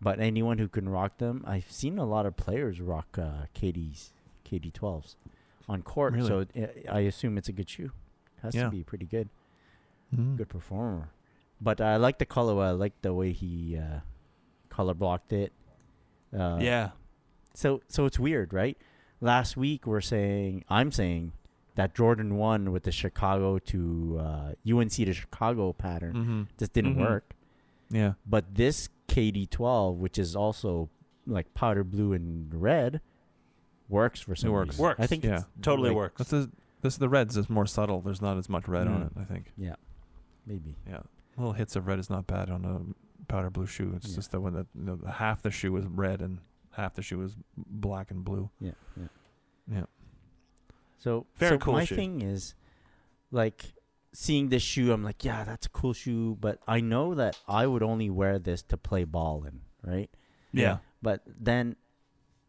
Speaker 3: But anyone who can rock them, I've seen a lot of players rock uh, KDs, KD twelves, on court.
Speaker 4: Really?
Speaker 3: So uh, I assume it's a good shoe. Has
Speaker 4: Yeah.
Speaker 3: to be pretty good,
Speaker 4: Mhm.
Speaker 3: good performer. But I like the colorway. I like the way he uh, color blocked it. Uh,
Speaker 2: yeah.
Speaker 3: so so it's weird, right? Last week we're saying I'm saying that Jordan one with the Chicago to uh, UNC to Chicago pattern
Speaker 4: Mhm.
Speaker 3: just didn't
Speaker 2: Mhm.
Speaker 3: work.
Speaker 4: Yeah.
Speaker 3: But this KD twelve, which is also like powder blue and red, works for some
Speaker 4: works.
Speaker 3: reason. I
Speaker 2: Works.
Speaker 3: think
Speaker 4: Yeah.
Speaker 3: it's
Speaker 2: Totally
Speaker 3: like,
Speaker 2: works.
Speaker 4: This is this the reds is more subtle. There's not as much red on it.
Speaker 3: Mm.
Speaker 4: I think.
Speaker 3: Maybe
Speaker 4: Yeah. Little hits of red is not bad on a powder blue shoe. It's
Speaker 3: Yeah.
Speaker 4: just the one that you know, the- half the shoe is red and half the shoe is black and blue.
Speaker 3: yeah yeah
Speaker 4: Yeah.
Speaker 3: So
Speaker 2: Very
Speaker 3: so
Speaker 2: cool
Speaker 3: My
Speaker 2: shoe.
Speaker 3: thing is, like seeing this shoe, I'm like, yeah, that's a cool shoe. But I know that I would only wear this to play ball in, right?
Speaker 2: Yeah.
Speaker 3: But then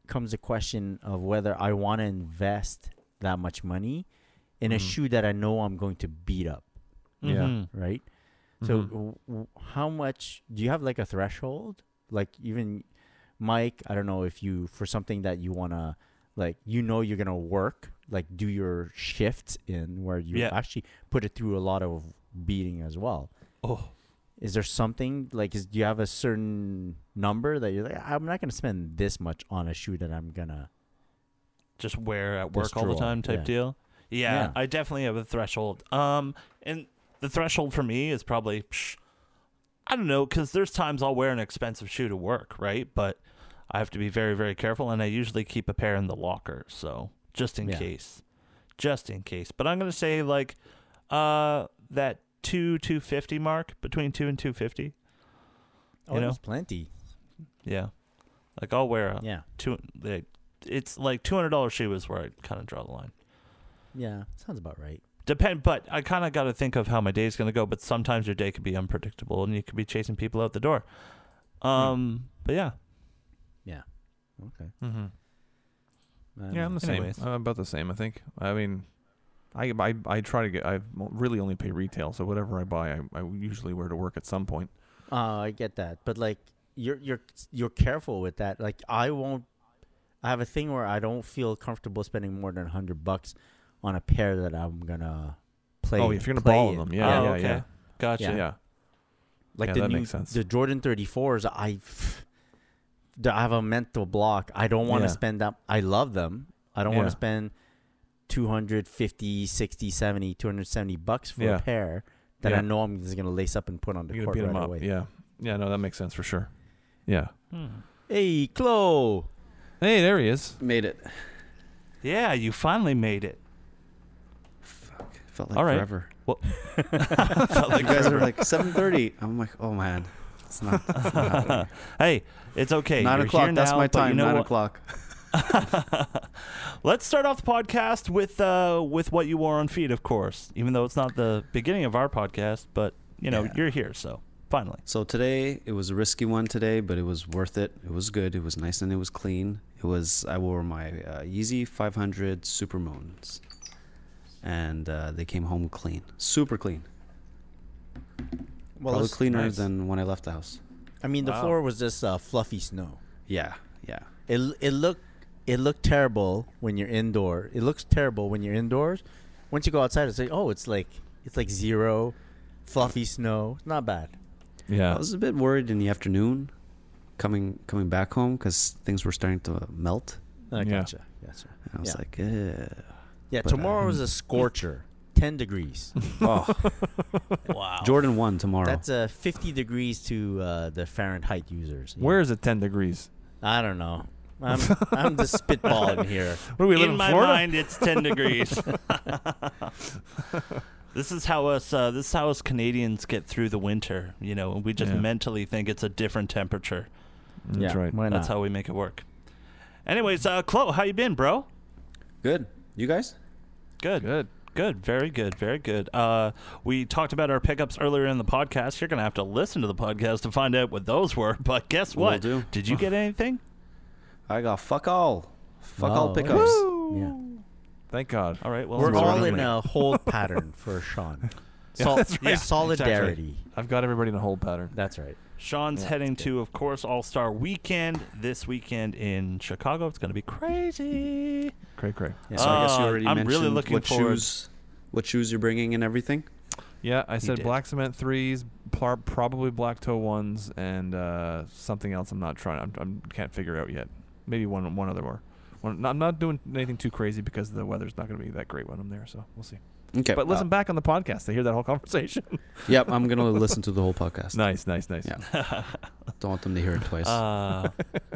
Speaker 3: comes the question of whether I want to invest that much money in a
Speaker 4: Mhm.
Speaker 3: shoe that I know I'm going to beat up,
Speaker 4: Yeah.
Speaker 2: Mhm.
Speaker 3: right? So,
Speaker 2: Mm-hmm.
Speaker 4: Mhm.
Speaker 3: w- w- how much do you have like a threshold? Like, even Mike, I don't know if you, for something that you want to, like, you know, you're going to work, like, do your shifts in where you
Speaker 2: Yeah.
Speaker 3: actually put it through a lot of beating as well.
Speaker 2: Oh.
Speaker 3: Is there something like, is, do you have a certain number that you're like, "Ah, I'm not going to spend this much on a shoe that I'm going to,
Speaker 2: Just wear at work all the
Speaker 3: Destroy.
Speaker 2: time type
Speaker 3: Yeah.
Speaker 2: deal. Yeah,
Speaker 3: Yeah.
Speaker 2: I definitely have a threshold. Um, and the threshold for me is probably, psh, I don't know, because there's times I'll wear an expensive shoe to work, right? But I have to be very, very careful, and I usually keep a pair in the locker, so just in
Speaker 3: Yeah.
Speaker 2: case, just in case. But I'm gonna say like, uh, that two two fifty mark between two and two fifty.
Speaker 3: oh,
Speaker 2: You know? Oh.
Speaker 3: there's plenty.
Speaker 2: Yeah, like I'll wear a
Speaker 3: Yeah.
Speaker 2: two. Like, it's like two hundred dollars shoe is where I kind of draw the line.
Speaker 3: Yeah. Sounds about right.
Speaker 2: Depend, but I kind of got to think of how my day's going to go. But sometimes your day could be unpredictable, and you could be chasing people out the door.
Speaker 6: Hmm.
Speaker 2: Um, but yeah,
Speaker 4: Mm-hmm.
Speaker 3: Um, I
Speaker 4: Yeah, I'm
Speaker 3: dunno.
Speaker 4: the same.
Speaker 2: Anyways.
Speaker 4: I'm about the same. I think. I mean, I I, I try to get. I really only pay retail, so whatever I buy, I, I usually wear to work at some point.
Speaker 3: Oh, I get that. But like you're you're you're careful with that. Like I won't. I have a thing where I don't feel comfortable spending more than hundred bucks on a pair that I'm gonna play.
Speaker 4: oh, if you're gonna
Speaker 3: play
Speaker 4: ball
Speaker 3: in.
Speaker 4: them, yeah,
Speaker 2: Oh,
Speaker 4: yeah,
Speaker 2: okay.
Speaker 4: yeah,
Speaker 2: Gotcha.
Speaker 4: yeah,
Speaker 3: Yeah. like
Speaker 4: Yeah,
Speaker 3: the
Speaker 4: that
Speaker 3: new,
Speaker 4: makes sense.
Speaker 3: the Jordan 34s I the- I have a mental block I don't want to
Speaker 4: Yeah.
Speaker 3: spend that I love them I don't want to
Speaker 4: Yeah.
Speaker 3: spend 250 60 70 270 bucks for
Speaker 4: Yeah.
Speaker 3: a pair that
Speaker 4: Yeah.
Speaker 3: I know I'm just going to lace up and put on the
Speaker 4: You're gonna
Speaker 3: court
Speaker 4: beat
Speaker 3: right
Speaker 4: them up.
Speaker 3: away
Speaker 4: Yeah, yeah. No, that makes sense for sure. Yeah.
Speaker 2: Hmm.
Speaker 3: hey Chloe
Speaker 4: Hey, there he is.
Speaker 6: Made it.
Speaker 2: Yeah, you finally made it.
Speaker 6: Felt like
Speaker 2: All right.
Speaker 6: forever.
Speaker 2: Well,
Speaker 6: you guys were like 7:30. I'm like, oh man, it's not, it's not happening.
Speaker 2: hey, it's okay.
Speaker 6: nine
Speaker 2: You're
Speaker 6: o'clock.
Speaker 2: here
Speaker 6: That's
Speaker 2: now,
Speaker 6: my
Speaker 2: but
Speaker 6: time.
Speaker 2: You know
Speaker 6: nine
Speaker 2: what?
Speaker 6: o'clock.
Speaker 2: Let's start off the podcast with uh, with what you wore on feet, of course. Even though it's not the beginning of our podcast, but you know
Speaker 6: Yeah.
Speaker 2: you're here, so finally.
Speaker 6: So today it was a risky one today, but it was worth it. It was good. It was nice and it was clean. It was I wore my uh, Yeezy 500 Super Moons, and uh, they came home clean, super clean.
Speaker 3: well
Speaker 6: Probably
Speaker 3: it's-
Speaker 6: cleaner
Speaker 4: nice.
Speaker 6: than when I left the house.
Speaker 3: I mean the
Speaker 2: Wow.
Speaker 3: floor was just uh, fluffy snow
Speaker 6: Yeah, yeah,
Speaker 3: it it looked it looked terrible when you're indoor it looks terrible when you're indoors once you go outside it's like oh it's like it's like zero fluffy snow It's not bad
Speaker 6: I
Speaker 2: Oh.
Speaker 4: Yeah.
Speaker 6: was a bit worried in the afternoon, coming coming back home because things were starting to melt.
Speaker 3: I
Speaker 4: Yeah.
Speaker 3: gotcha. Gotcha.
Speaker 6: And I was
Speaker 3: yeah.
Speaker 6: like, eh.
Speaker 3: yeah,
Speaker 6: but, uh,
Speaker 3: tomorrow is a scorcher. 10 degrees.
Speaker 6: oh,
Speaker 3: wow.
Speaker 6: Jordan won tomorrow.
Speaker 3: That's uh, 50 degrees to uh, the Fahrenheit users.
Speaker 4: Where is it? Ten degrees.
Speaker 3: I don't know. I'm, I'm just spitballing here.
Speaker 4: What do we live
Speaker 2: in
Speaker 4: in
Speaker 2: my
Speaker 4: Florida?
Speaker 2: mind, it's ten degrees. this is how us. Uh, this is how us Canadians get through the winter. You know, we just
Speaker 4: Yeah.
Speaker 2: mentally think it's a different temperature.
Speaker 4: That's
Speaker 3: yeah,
Speaker 4: right.
Speaker 3: Why not?
Speaker 2: That's how we make it work. Anyways, uh, Chloe, how you been, bro?
Speaker 6: good. You guys?
Speaker 2: Good.
Speaker 4: Good.
Speaker 2: Good, very good, very good. Uh, we talked about our pickups earlier in the podcast. You're gonna have to listen to the podcast to find out what those were. But guess
Speaker 6: Will
Speaker 2: what?
Speaker 6: do.
Speaker 2: Did you get anything?
Speaker 6: I got fuck all, fuck all
Speaker 3: Oh, okay.
Speaker 6: pickups.
Speaker 3: yeah.
Speaker 4: Thank God.
Speaker 2: All right. Well,
Speaker 3: We're
Speaker 2: it's
Speaker 3: all
Speaker 2: already
Speaker 3: in
Speaker 2: late.
Speaker 3: a hold pattern for Sean. Sol-
Speaker 2: right.
Speaker 3: Solidarity.
Speaker 4: I've got everybody in a whole pattern.
Speaker 3: That's right.
Speaker 2: Sean's
Speaker 3: Yeah,
Speaker 2: heading
Speaker 3: that's good.
Speaker 2: to, of course, All Star Weekend this weekend in Chicago. It's gonna be crazy.
Speaker 4: Cray, cray.
Speaker 3: Yeah.
Speaker 6: So I guess you
Speaker 2: Uh,
Speaker 6: already
Speaker 2: I'm really
Speaker 6: mentioned
Speaker 2: looking
Speaker 6: what
Speaker 2: forward-
Speaker 6: shoes, what shoes you're bringing and everything.
Speaker 4: Yeah, I said
Speaker 6: did.
Speaker 4: black cement threes, pl- probably black toe ones, and uh, something else. I'm not trying. I'm, I'm can't figure out yet. Maybe one one other more. One, no, I'm not doing anything too crazy because the weather's not going to be that great when I'm there. So we'll see.
Speaker 6: Okay,
Speaker 4: But listen
Speaker 6: uh,
Speaker 4: back on the podcast to hear that whole conversation.
Speaker 6: yep, I'm gonna listen to the whole podcast.
Speaker 4: nice, nice, nice.
Speaker 6: Yeah. Don't want them to hear it twice.
Speaker 2: Uh,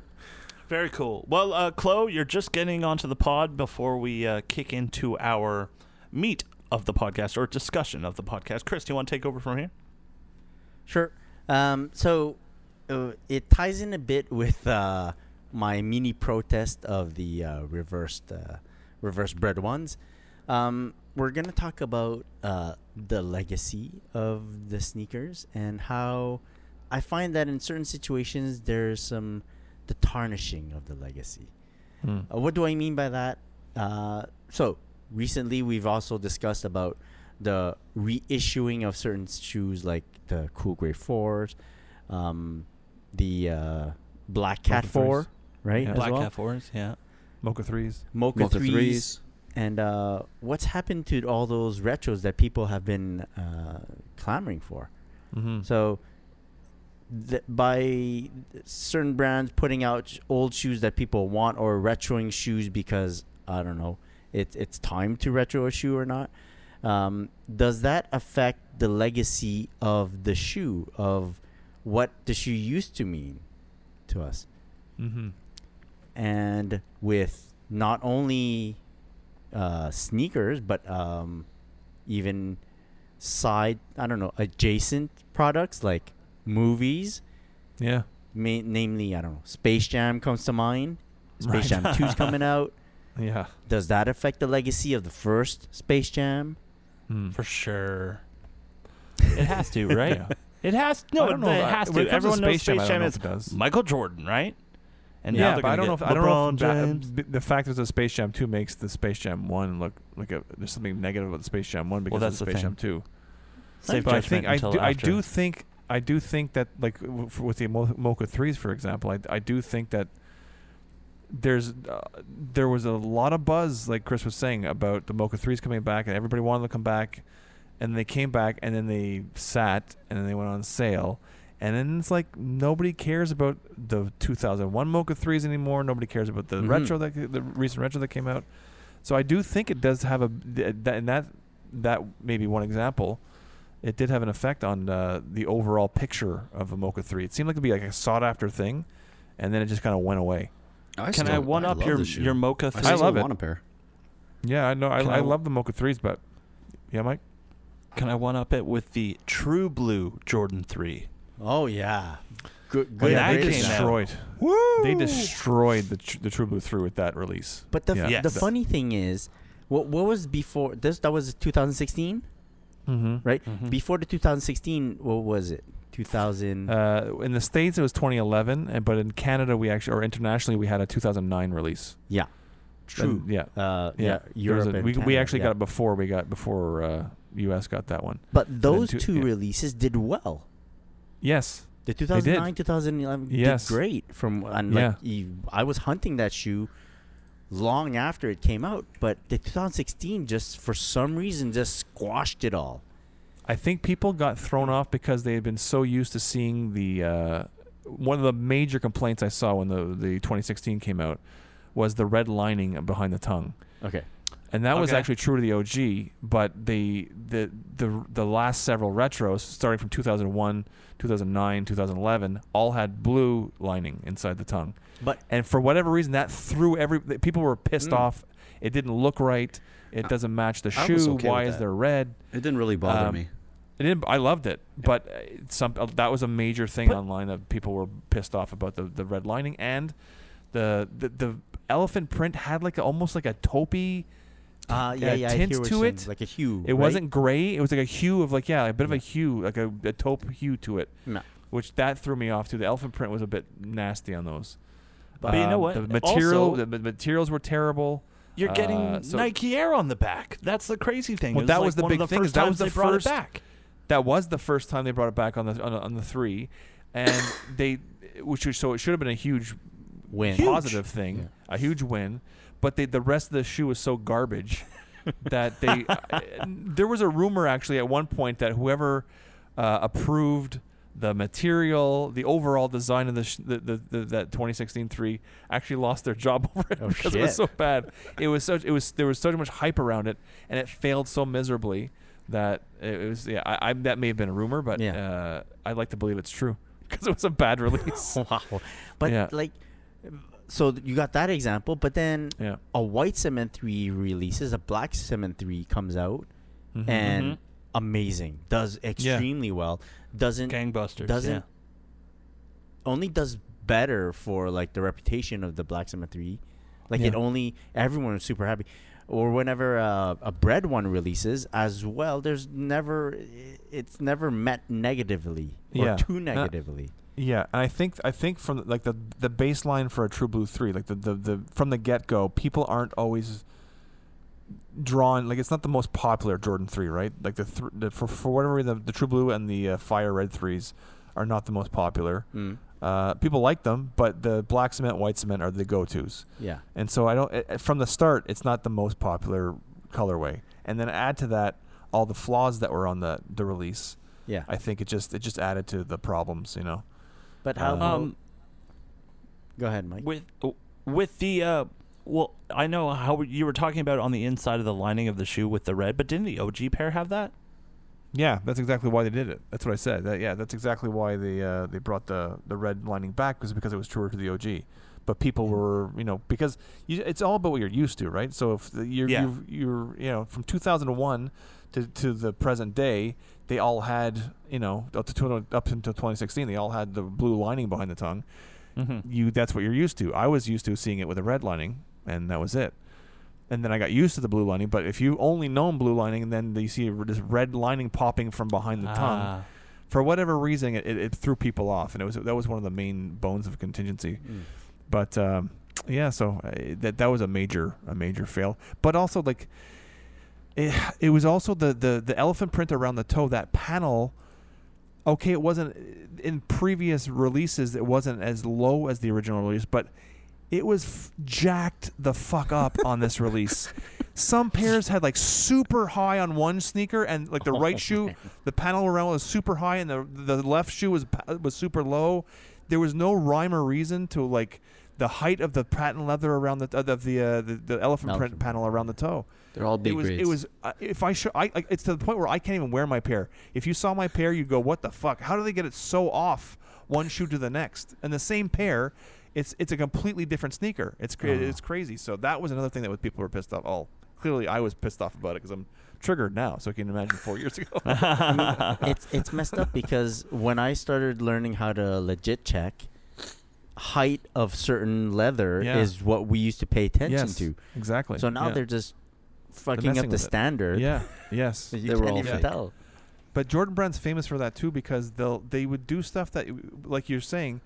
Speaker 2: very cool. Well, uh, Chloe, you're just getting onto the pod before we uh, kick into our meat of the podcast or discussion of the podcast. Chris, do you want to take over from here?
Speaker 3: Sure. Um, so uh, it ties in a bit with uh, my mini protest of the uh, reversed uh, reverse bread ones. Um, we're gonna talk about uh, the legacy of the sneakers and how I find that in certain situations there's some the tarnishing of the legacy.
Speaker 4: Hmm.
Speaker 3: Uh, what do I mean by that? Uh, so recently, we've also discussed about the reissuing of certain shoes, like the Cool Gray Fours, um, the uh, Black Cat
Speaker 4: Mocha threes.
Speaker 3: Four, right?
Speaker 4: Yeah.
Speaker 3: As
Speaker 2: Black
Speaker 3: well,
Speaker 2: Cat fours, yeah.
Speaker 4: Mocha threes.
Speaker 3: Mocha,
Speaker 6: Mocha
Speaker 3: threes,
Speaker 6: threes.
Speaker 3: and uh, what's happened to all those retros that people have been uh, clamoring for?
Speaker 4: Mm-hmm.
Speaker 3: So, th- by certain brands putting out sh- old shoes that people want or retroing shoes because I don't know, it, it's time to retro a shoe or not. Um, does that affect the legacy of the shoe of what the shoe used to mean to us?
Speaker 4: mm-hmm.
Speaker 3: and with not only uh, sneakers but um, even side I don't know adjacent products like movies,
Speaker 4: Yeah.
Speaker 3: ma- namely I don't know Space Jam comes to mind. Space
Speaker 4: Right.
Speaker 3: Jam 2's coming out.
Speaker 4: Yeah.
Speaker 3: Does that affect the legacy of the first Space Jam?
Speaker 4: Hmm.
Speaker 2: For sure. It has to, right?
Speaker 4: Yeah.
Speaker 2: It has no,
Speaker 4: I
Speaker 2: it,
Speaker 4: don't know
Speaker 2: it
Speaker 4: that-
Speaker 2: has
Speaker 4: when
Speaker 2: to.
Speaker 4: it comes to
Speaker 2: Everyone knows
Speaker 4: Space Jam,
Speaker 2: Space Jam,
Speaker 4: I don't know
Speaker 2: is
Speaker 4: if it does.
Speaker 2: Michael Jordan, right? And
Speaker 4: yeah,
Speaker 2: now they're
Speaker 4: but I
Speaker 2: gonna
Speaker 4: don't know if
Speaker 2: get
Speaker 4: I don't know if
Speaker 2: LeBron James.
Speaker 4: Ba- b- the fact that the Space Jam Two makes the Space Jam One look like a, there's something negative about the Space Jam One because
Speaker 2: that's the
Speaker 4: of Space
Speaker 2: thing.
Speaker 4: Jam Two.
Speaker 2: Save
Speaker 4: but I
Speaker 2: judgment
Speaker 4: think I
Speaker 2: until
Speaker 4: do, I
Speaker 2: after.
Speaker 4: do think I do think that like w- f- with the Mo- Mocha threes, for example, I I do think that there's uh, there was a lot of buzz, like Chris was saying, about the Mocha threes coming back, and everybody wanted to come back, and they came back, and then they sat, and then they went on sale. And then it's like nobody cares about the 2001 Mocha threes anymore. Nobody cares about the
Speaker 3: Mhm.
Speaker 4: retro that the recent retro that came out. So I do think it does have a th- that and that that may be one example. It did have an effect on uh, the overall picture of a Mocha three. It seemed like it'd be like a sought after thing, and then it just kind of went away.
Speaker 6: I
Speaker 2: Can I one up your your mocha?
Speaker 6: I,
Speaker 2: Three?
Speaker 4: I
Speaker 6: still
Speaker 4: love it.
Speaker 6: want a pair.
Speaker 4: Yeah, I know. I,
Speaker 2: Can
Speaker 4: I,
Speaker 2: I-
Speaker 4: love the Mocha threes, but yeah, Mike.
Speaker 2: Can I one up it with the True Blue Jordan Three?
Speaker 3: Oh yeah. Good.
Speaker 2: When
Speaker 3: good
Speaker 2: that
Speaker 4: they
Speaker 2: came
Speaker 3: upgrade.
Speaker 2: out-
Speaker 4: destroyed.
Speaker 2: Woo!
Speaker 4: They destroyed the tr- the True Blue through with that release.
Speaker 3: But the,
Speaker 4: Yeah.
Speaker 3: f the
Speaker 2: Yes.
Speaker 3: funny thing is, what what was before this? That was 2016,
Speaker 4: Mm-hmm.
Speaker 3: right?
Speaker 2: Mhm.
Speaker 3: Before the 2016, what was it? 2000.
Speaker 4: Uh, in the states, it was 2011, and but in Canada, we actually or internationally, we had a 2009 release.
Speaker 3: yeah.
Speaker 4: True. yeah.
Speaker 3: Uh, yeah.
Speaker 4: Yeah, there was
Speaker 3: Europe.
Speaker 4: a-
Speaker 3: and
Speaker 4: we, we
Speaker 3: Canada,
Speaker 4: actually
Speaker 3: yeah.
Speaker 4: got it before we got before uh, U.S. got that one.
Speaker 3: But those
Speaker 4: two-
Speaker 3: two
Speaker 4: yeah.
Speaker 3: releases did well.
Speaker 4: Yes,
Speaker 3: The
Speaker 4: did.
Speaker 3: 2009, 2011
Speaker 4: Yes.
Speaker 3: did great. From and like you- I was hunting that shoe long after it came out, but the 2016 just for some reason just squashed it all.
Speaker 4: I think people got thrown off because they had been so used to seeing the. Uh, one of the major complaints I saw when the the 2016 came out was the red lining behind the tongue.
Speaker 3: Okay.
Speaker 4: and that was
Speaker 2: Okay.
Speaker 4: actually true to the OG. But the the the the last several retros, starting from 2001, 2009, 2011, all had blue lining inside the tongue.
Speaker 3: But
Speaker 4: And for whatever reason, that threw every th- people were pissed
Speaker 3: Mm.
Speaker 4: off. It didn't look right. It doesn't match the
Speaker 6: I was
Speaker 4: shoe.
Speaker 6: okay
Speaker 4: Why
Speaker 6: with
Speaker 4: is
Speaker 6: that.
Speaker 4: there red?
Speaker 6: It didn't really bother
Speaker 4: Um,
Speaker 6: me.
Speaker 4: It didn't, I loved it, but uh, it's some uh, that was a major thing
Speaker 3: But-
Speaker 4: online that people were pissed off about the, the red lining and the, the the elephant print had like a, almost like a taupey
Speaker 3: uh, yeah,
Speaker 4: uh,
Speaker 3: yeah, I
Speaker 4: tint
Speaker 3: hear what
Speaker 4: to
Speaker 3: you're
Speaker 4: it,
Speaker 3: saying, like a hue. right?
Speaker 4: it wasn't gray. It was like a hue of like yeah, a bit of a
Speaker 3: Yeah.
Speaker 4: hue, like a, a taupe hue to it,
Speaker 3: No.
Speaker 4: which that threw me off too. The elephant print was a bit nasty on those.
Speaker 2: But you know
Speaker 4: Um,
Speaker 2: what?
Speaker 4: The material,
Speaker 2: Also-
Speaker 4: the, ma- materials were terrible.
Speaker 2: You're getting
Speaker 4: Uh, so-
Speaker 2: Nike Air on the back. That's the crazy thing.
Speaker 4: Well,
Speaker 2: It
Speaker 4: that
Speaker 2: like
Speaker 4: was the
Speaker 2: one of
Speaker 4: big thing, is
Speaker 2: First
Speaker 4: that
Speaker 2: times
Speaker 4: was the
Speaker 2: they brought
Speaker 4: first-
Speaker 2: it back.
Speaker 4: That was the first time they brought it back on the on, on the three, and they, which was, so it should have been a huge
Speaker 3: Win.
Speaker 4: positive thing, a huge win. But they, the rest of the shoe was so garbage that they. uh, there was a rumor actually at one point that whoever uh, approved the material, the overall design of the, sh- the, the, the that 2016 three actually lost their job over it
Speaker 3: Oh,
Speaker 4: because it was
Speaker 3: shit.
Speaker 4: so bad. It was such it was there was so much hype around it, and it failed so miserably that it was yeah. I, I that may have been a rumor, but
Speaker 3: Yeah.
Speaker 4: uh, I'd like to believe it's true because it was a bad release.
Speaker 3: wow. But
Speaker 4: Yeah.
Speaker 3: like, so th- you got that example, but then
Speaker 4: yeah.
Speaker 3: a white cement three releases, a black cement three comes out,
Speaker 4: Mhm.
Speaker 3: and
Speaker 2: Mhm.
Speaker 3: amazing, does extremely well, doesn't
Speaker 2: Gangbusters.
Speaker 3: doesn't
Speaker 2: yeah.
Speaker 3: only does better for like the reputation of the black cement three, like it
Speaker 4: Yeah.
Speaker 3: only everyone was super happy. Or whenever uh, a bread one releases as well, there's never i- it's never met negatively or
Speaker 4: Yeah. Uh,
Speaker 3: too
Speaker 4: Nah.
Speaker 3: negatively.
Speaker 4: Yeah, and I think I think from like the the baseline for a True Blue three, like the the, the from the get go, people aren't always drawn. Like it's not the most popular Jordan three, right? Like the, thr the for for whatever reason, the, the True Blue and the uh, Fire Red threes are not the most popular.
Speaker 3: Mm.
Speaker 4: Uh, people like them, but the black cement, white cement are the go tos.
Speaker 3: Yeah.
Speaker 4: And so I don't it, it- from the start it's not the most popular colorway. And then add to that all the flaws that were on the the release.
Speaker 3: Yeah.
Speaker 4: I think it just it just added to the problems, you know.
Speaker 3: But how?
Speaker 4: Um,
Speaker 3: about-
Speaker 2: Um,
Speaker 3: go ahead, Mike.
Speaker 2: with with the uh, well, I know how you were talking about it on the inside of the lining of the shoe with the red, but didn't the OG pair have that?
Speaker 4: Yeah, that's exactly why they did it. That's what I said. That, yeah, that's exactly why they uh, they brought the the red lining back was because it was truer to the OG. But people were, you know, because you, it's all about what you're used to, right? So if the, you're,
Speaker 2: Yeah.
Speaker 4: you're you're you know from 2001 to to the present day, they all had you know up to 20 up until 2016, they all had the blue lining behind the tongue.
Speaker 2: Mm-hmm.
Speaker 4: You that's what you're used to. I was used to seeing it with a red lining, and that was it. And then I got used to the blue lining. But if you only known blue lining, and then you see this red lining popping from behind the tongue, for whatever reason, it, it, it threw people off, and it was that was one of the main bones of contingency. But um, yeah, so uh, that that was a major a major fail. But also like eh, it, it was also the, the the elephant print around the toe that panel. okay, it wasn't in previous releases. It wasn't as low as the original release, but it was f- jacked the fuck up on this release. Some pairs had like super high on one sneaker, and like the
Speaker 6: Oh,
Speaker 4: right shoe, the panel around was super high, and the the left shoe was pa- was super low. There was no rhyme or reason to like the height of the patent leather around the of the uh, the, the elephant print
Speaker 3: Elephant.
Speaker 4: panel around the toe.
Speaker 6: They're all
Speaker 4: It
Speaker 6: big
Speaker 4: was it
Speaker 6: grades.
Speaker 4: was uh, if I show I like, it's to the point where I can't even wear my pair. If you saw my pair, you'd go, "What the fuck? How do they get it so off one shoe to the next?" And the same pair, it's it's a completely different sneaker. It's cra-
Speaker 6: Mm.
Speaker 4: it's crazy. So that was another thing that was- people were pissed off. All clearly, I was pissed off about it because I'm triggered now. So I can imagine four years ago.
Speaker 3: it's it's messed up because when I started learning how to legit check, height of certain leather
Speaker 4: Yeah.
Speaker 3: is what we used to pay attention
Speaker 4: yes,
Speaker 3: to.
Speaker 4: exactly.
Speaker 3: So now
Speaker 4: Yeah.
Speaker 3: they're just fucking
Speaker 4: messing
Speaker 3: up the
Speaker 4: with it.
Speaker 3: standard.
Speaker 4: yeah yes.
Speaker 3: that you
Speaker 6: They were
Speaker 3: can't
Speaker 6: all
Speaker 3: even
Speaker 6: fake.
Speaker 3: tell.
Speaker 4: But Jordan Brand's famous for that too because they'll they would do stuff that like you're saying,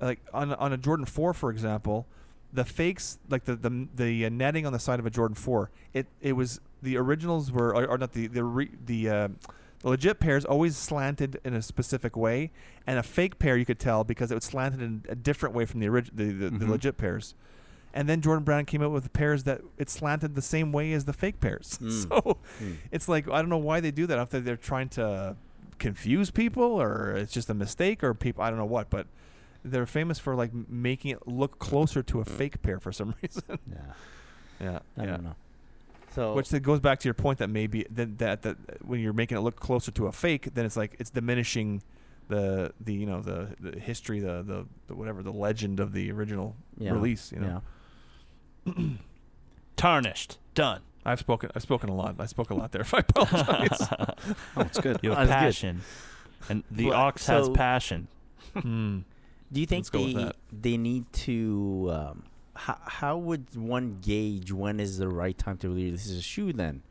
Speaker 4: like on on a Jordan Four for example, the fakes like the the, the uh, netting on the side of a Jordan Four it it was the originals were or, or not the the re, the. Uh, the legit pairs always slanted in a specific way, and a fake pair you could tell because it was slanted in a different way from the original, the, the, the legit pairs. And then Jordan Brown came out with pairs that it slanted the same way as the fake pairs. So it's like I don't know why they do that. After they're trying to confuse people, or it's just a mistake, or people I don't know what. But they're famous for like m- making it look closer to a fake pair for some reason.
Speaker 3: Yeah,
Speaker 4: Hmm. yeah,
Speaker 3: I
Speaker 4: yeah.
Speaker 3: don't know. So
Speaker 4: Which that goes back to your point that maybe that, that that when you're making it look closer to a fake, then it's like it's diminishing the the you know the, the history the, the the whatever the legend of the original
Speaker 3: yeah,
Speaker 4: release. You know,
Speaker 3: yeah.
Speaker 2: Tarnished. Done.
Speaker 4: I've spoken I've spoken a lot. I spoke a lot there. If I apologize.
Speaker 6: Oh, it's good.
Speaker 2: You have
Speaker 3: That's good.
Speaker 2: passion. And the
Speaker 4: But-
Speaker 2: ox has
Speaker 3: so-
Speaker 2: passion.
Speaker 4: Hmm.
Speaker 3: Do you think
Speaker 4: Let's go with
Speaker 3: they
Speaker 4: that.
Speaker 3: they need to? Um, how how would one gauge when is the right time to release a shoe? Then,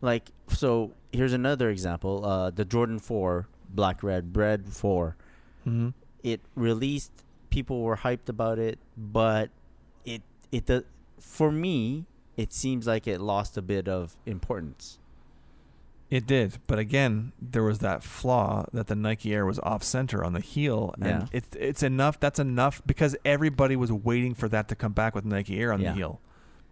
Speaker 3: like, so here's another example: uh, the Jordan Four Black Red Bread Four.
Speaker 4: Mhm.
Speaker 3: It released. People were hyped about it, but it it do- for me it seems like it lost a bit of importance.
Speaker 4: It did, but again, there was that flaw that the Nike Air was off center on the heel,
Speaker 3: Yeah.
Speaker 4: and it's it's enough. That's enough because everybody was waiting for that to come back with Nike Air on
Speaker 3: Yeah.
Speaker 4: the heel.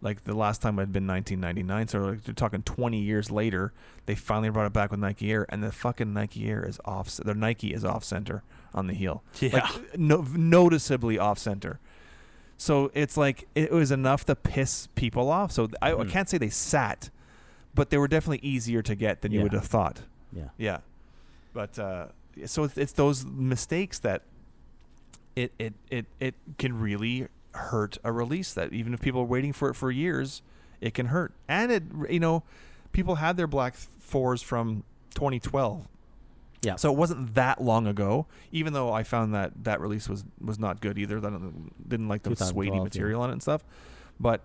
Speaker 4: Like the last time it had been 1999, so like you're talking 20 years later, they finally brought it back with Nike Air, and the fucking Nike Air is off. Their Nike is off center on the heel,
Speaker 2: Yeah.
Speaker 4: like no, noticeably off center. So it's like it was enough to piss people off. So th- I, I
Speaker 3: Mhm.
Speaker 4: can't say they sat, but they were definitely easier to get than you
Speaker 3: Yeah.
Speaker 4: would have thought.
Speaker 3: Yeah.
Speaker 4: Yeah, but uh, so it's, it's those mistakes that it, it it it can really hurt a release. That even if people are waiting for it for years, it can hurt. And it you know, people had their black fours from 2012.
Speaker 3: Yeah.
Speaker 4: So it wasn't that long ago, even though I found that that release was was not good either. That didn't like the suede
Speaker 3: 2012,
Speaker 4: material on it and stuff, but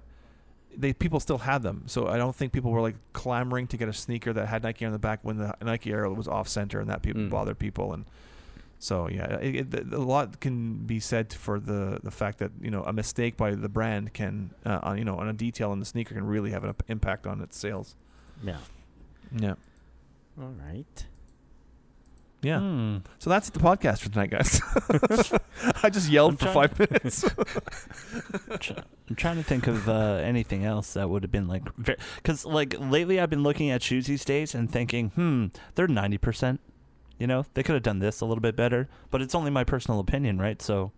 Speaker 4: they people still had them. So I don't think people were like clamoring to get a sneaker that had Nike on the back when the Nike Air was off center and that people
Speaker 3: Mm.
Speaker 4: bothered people and. So yeah, it, it, a lot can be said for the the fact that you know a mistake by the brand can uh, on you know on a detail in the sneaker can really have an imp- impact on its sales.
Speaker 3: Yeah.
Speaker 4: Yeah,
Speaker 3: All right.
Speaker 4: yeah.
Speaker 2: Hmm.
Speaker 4: So that's the podcast for tonight, guys. I just yelled
Speaker 2: I'm
Speaker 4: for
Speaker 2: trying-
Speaker 4: five minutes.
Speaker 2: Tr- I'm trying to think of uh, anything else that would have been like, because like lately I've been looking at shoes these days and thinking, hmm, they're ninety percent. You know, they could have done this a little bit better, but it's only my personal opinion, right? So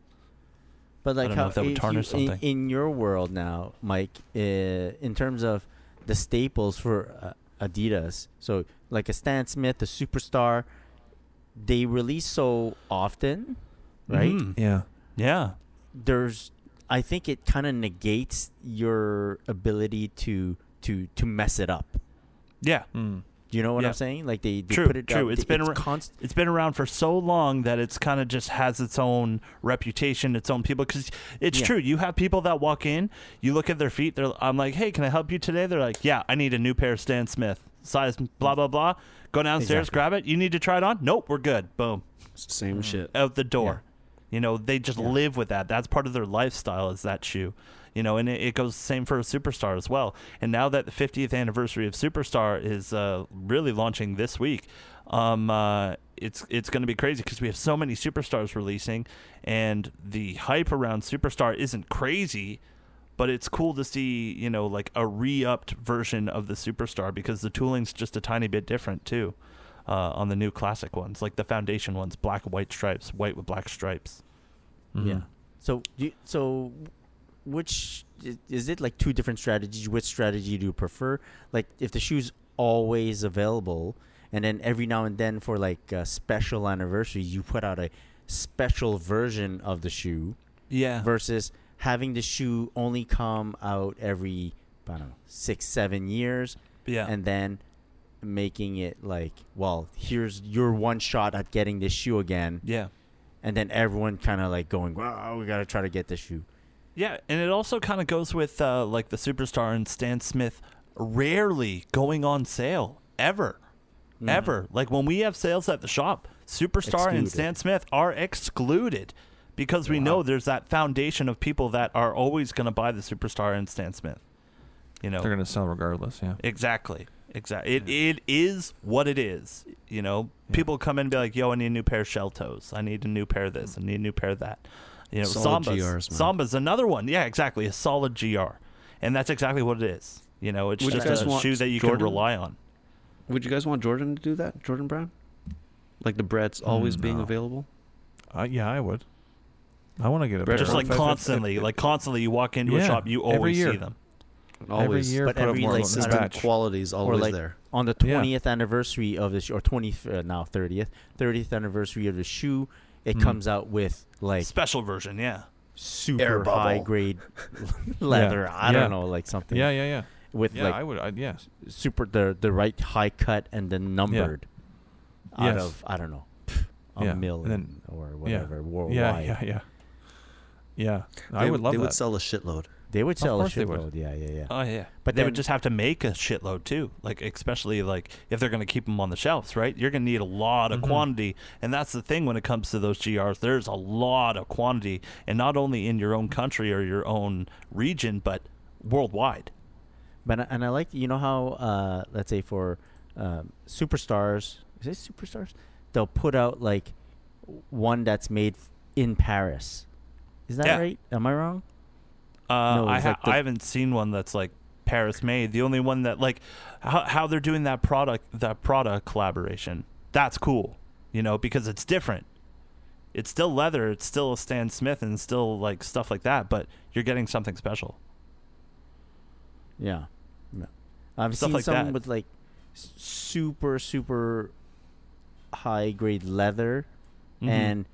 Speaker 3: But like
Speaker 2: don't know
Speaker 3: how
Speaker 2: if that would
Speaker 3: if you-
Speaker 2: tarnish
Speaker 3: in-
Speaker 2: something.
Speaker 3: In, your world now, Mike, uh, in terms of the staples for uh, Adidas, so like a Stan Smith, a superstar, they release so often, right?
Speaker 2: Mhm.
Speaker 4: yeah,
Speaker 2: Yeah,
Speaker 3: There's, I think it kind of negates your ability to to to mess it up.
Speaker 2: yeah.
Speaker 4: mm.
Speaker 3: Do you know what
Speaker 2: Yeah.
Speaker 3: I'm saying? Like they, they
Speaker 2: True,
Speaker 3: put it
Speaker 2: true.
Speaker 3: out-
Speaker 2: It's been ar-
Speaker 3: it's const-
Speaker 2: It's been around for so long that it's kind of just has its own reputation, its own people. Because it's
Speaker 3: Yeah.
Speaker 2: true, you have people that walk in, you look at their feet. They're, I'm like, hey, can I help you today? They're like, yeah, I need a new pair of Stan Smith size, blah blah blah. Go downstairs,
Speaker 3: Exactly.
Speaker 2: grab it. You need to try it on? Nope, we're good. Boom.
Speaker 6: Same shit.
Speaker 2: out the door. You know, they just live with that. That's part of their lifestyle is that shoe. You know, and it, it goes the same for a superstar as well. And now that the 50th anniversary of Superstar is uh, really launching this week, um, uh, it's it's going to be crazy because we have so many superstars releasing, and the hype around superstar isn't crazy, but it's cool to see you know like a re-upped version of the superstar because the tooling's just a tiny bit different too, uh, on the new classic ones like the foundation ones, black and white stripes, white with black stripes.
Speaker 3: Yeah. So you, so which i- is it like two different strategies? Which strategy do you prefer? Like if the shoe's always available, and then every now and then for like uh, special anniversaries, you put out a special version of the shoe
Speaker 2: Yeah.
Speaker 3: versus having the shoe only come out every I don't know six seven years,
Speaker 2: Yeah.
Speaker 3: and then making it like well here's your one shot at getting this shoe again
Speaker 2: yeah.
Speaker 3: and then everyone kind of like going, "Wow, we gotta try to get this shoe."
Speaker 2: Yeah, and it also kind of goes with uh, like the superstar and Stan Smith rarely going on sale ever, ever. Like when we have sales at the shop, superstar and
Speaker 3: Excluded.
Speaker 2: Stan Smith are excluded because we know there's that foundation of people that are always going to buy the superstar and Stan Smith. You know,
Speaker 4: They're gonna sell regardless. Yeah.
Speaker 2: Exactly. Exactly. It it is what it is. You know, people come in and be like, "Yo, I need a new pair of shell toes. I need a new pair of this. I need a new pair of that." You know,
Speaker 6: Solid
Speaker 2: Sambas.
Speaker 6: GRs, man.
Speaker 2: Sambas another one. Yeah, exactly. A solid GR, and that's exactly what it is. You know, it's
Speaker 6: Would you
Speaker 2: just
Speaker 6: guys
Speaker 2: a
Speaker 6: want
Speaker 2: shoe that you
Speaker 6: Jordan?
Speaker 2: can rely on.
Speaker 6: Would you guys want Jordan to do that? Jordan Brown? Like the bread's always being available?
Speaker 4: Uh, yeah, I would. I want to get a
Speaker 6: Brett,
Speaker 4: pair.
Speaker 2: Just
Speaker 6: Sure.
Speaker 2: like
Speaker 4: If I- if-
Speaker 2: constantly,
Speaker 4: if-
Speaker 2: like constantly, you walk into a
Speaker 4: Yeah,
Speaker 2: shop, you
Speaker 4: every
Speaker 2: always
Speaker 4: year.
Speaker 2: see them.
Speaker 4: every
Speaker 6: Always.
Speaker 4: year,
Speaker 3: But
Speaker 4: put up
Speaker 3: every,
Speaker 4: more
Speaker 3: like,
Speaker 4: votes in the
Speaker 3: system
Speaker 4: batch.
Speaker 6: Quality's always
Speaker 3: like,
Speaker 6: there.
Speaker 3: On the
Speaker 4: Yeah.
Speaker 3: twentieth anniversary of the shoe, or twenty uh, now thirtieth, thirtieth anniversary of the shoe, it
Speaker 4: Hmm.
Speaker 3: comes out with like
Speaker 2: Special version, yeah.
Speaker 3: super
Speaker 6: bubble.
Speaker 3: high grade leather.
Speaker 4: Yeah.
Speaker 3: I
Speaker 4: Yeah.
Speaker 3: don't know, like something.
Speaker 4: Yeah, yeah, yeah.
Speaker 3: With
Speaker 4: Yeah,
Speaker 3: like
Speaker 4: I would. I, yes.
Speaker 3: super the the right high cut and then numbered out
Speaker 4: Yes.
Speaker 3: of I don't know pff, a
Speaker 4: Yeah, and
Speaker 3: million
Speaker 4: then-
Speaker 3: or
Speaker 4: yeah.
Speaker 3: whatever worldwide.
Speaker 4: Yeah, yeah, yeah. Yeah, I
Speaker 6: They-
Speaker 4: would love
Speaker 6: They
Speaker 4: that.
Speaker 6: would sell a shitload.
Speaker 3: They would sell a
Speaker 4: course they would. Uh,
Speaker 3: shitload. Yeah, yeah, yeah.
Speaker 2: Oh yeah,
Speaker 3: But
Speaker 2: but they
Speaker 3: then-
Speaker 2: would just have to make a shitload too. Like especially like if they're going to keep them on the shelves, right? You're going to need a lot of quantity, and that's the thing when it comes to those GRs. There's a lot of quantity, and not only in your own country or your own region, but worldwide.
Speaker 3: But I- and I like you know how uh, let's say for um, superstars is it superstars they'll put out like one that's made f- in Paris. Is that
Speaker 2: Yeah.
Speaker 3: right? Am I wrong?
Speaker 2: Uh,
Speaker 3: No,
Speaker 2: I,
Speaker 3: it's
Speaker 2: ha-
Speaker 3: like the-
Speaker 2: I haven't seen one that's like Paris made. The only one that like how, how they're doing that product that product collaboration. That's cool, you know, because it's different. It's still leather. It's still a Stan Smith and still like stuff like that. But you're getting something special.
Speaker 3: Yeah. No. I've
Speaker 2: Stuff
Speaker 3: seen
Speaker 2: like
Speaker 3: some
Speaker 2: that.
Speaker 3: with like s- super super high grade leather
Speaker 2: Mhm.
Speaker 3: and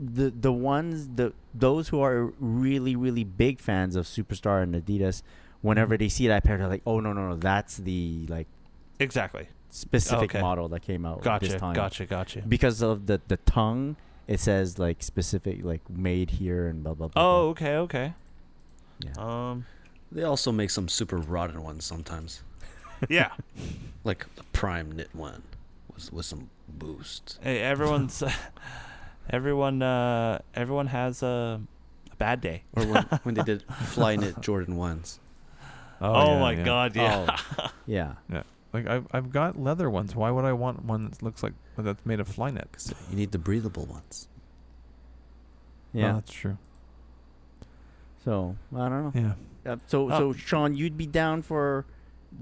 Speaker 3: the the ones the those who are really really big fans of Superstar and Adidas whenever
Speaker 2: Mm-hmm.
Speaker 3: they see that pair they're like oh no no no that's the like
Speaker 2: exactly.
Speaker 3: specific
Speaker 2: Okay.
Speaker 3: model that came out
Speaker 2: Gotcha.
Speaker 3: this time.
Speaker 2: Gotcha. Gotcha.
Speaker 3: Because of the the tongue, it says like specific like made here and blah blah blah. blah.
Speaker 2: oh, okay. Okay.
Speaker 3: yeah.
Speaker 2: Um.
Speaker 6: They also make some super rotten ones sometimes.
Speaker 2: Yeah.
Speaker 6: Like the prime knit one with, with some boost.
Speaker 2: hey, everyone's. everyone. Uh. Everyone has a, a bad day.
Speaker 6: Or when, when they did fly knit Jordan ones.
Speaker 2: Oh,
Speaker 4: yeah,
Speaker 2: my
Speaker 4: yeah.
Speaker 2: God. Yeah.
Speaker 3: Oh, yeah.
Speaker 4: Yeah, like I've I've got leather ones. Why would I want one that looks like that's made of fly net?
Speaker 6: So you need the breathable ones.
Speaker 4: Oh,
Speaker 2: Uh.
Speaker 3: Yeah.
Speaker 4: that's true.
Speaker 3: So I don't know.
Speaker 4: Yeah,
Speaker 3: Uh, so
Speaker 2: Oh.
Speaker 3: so Sean, you'd be down for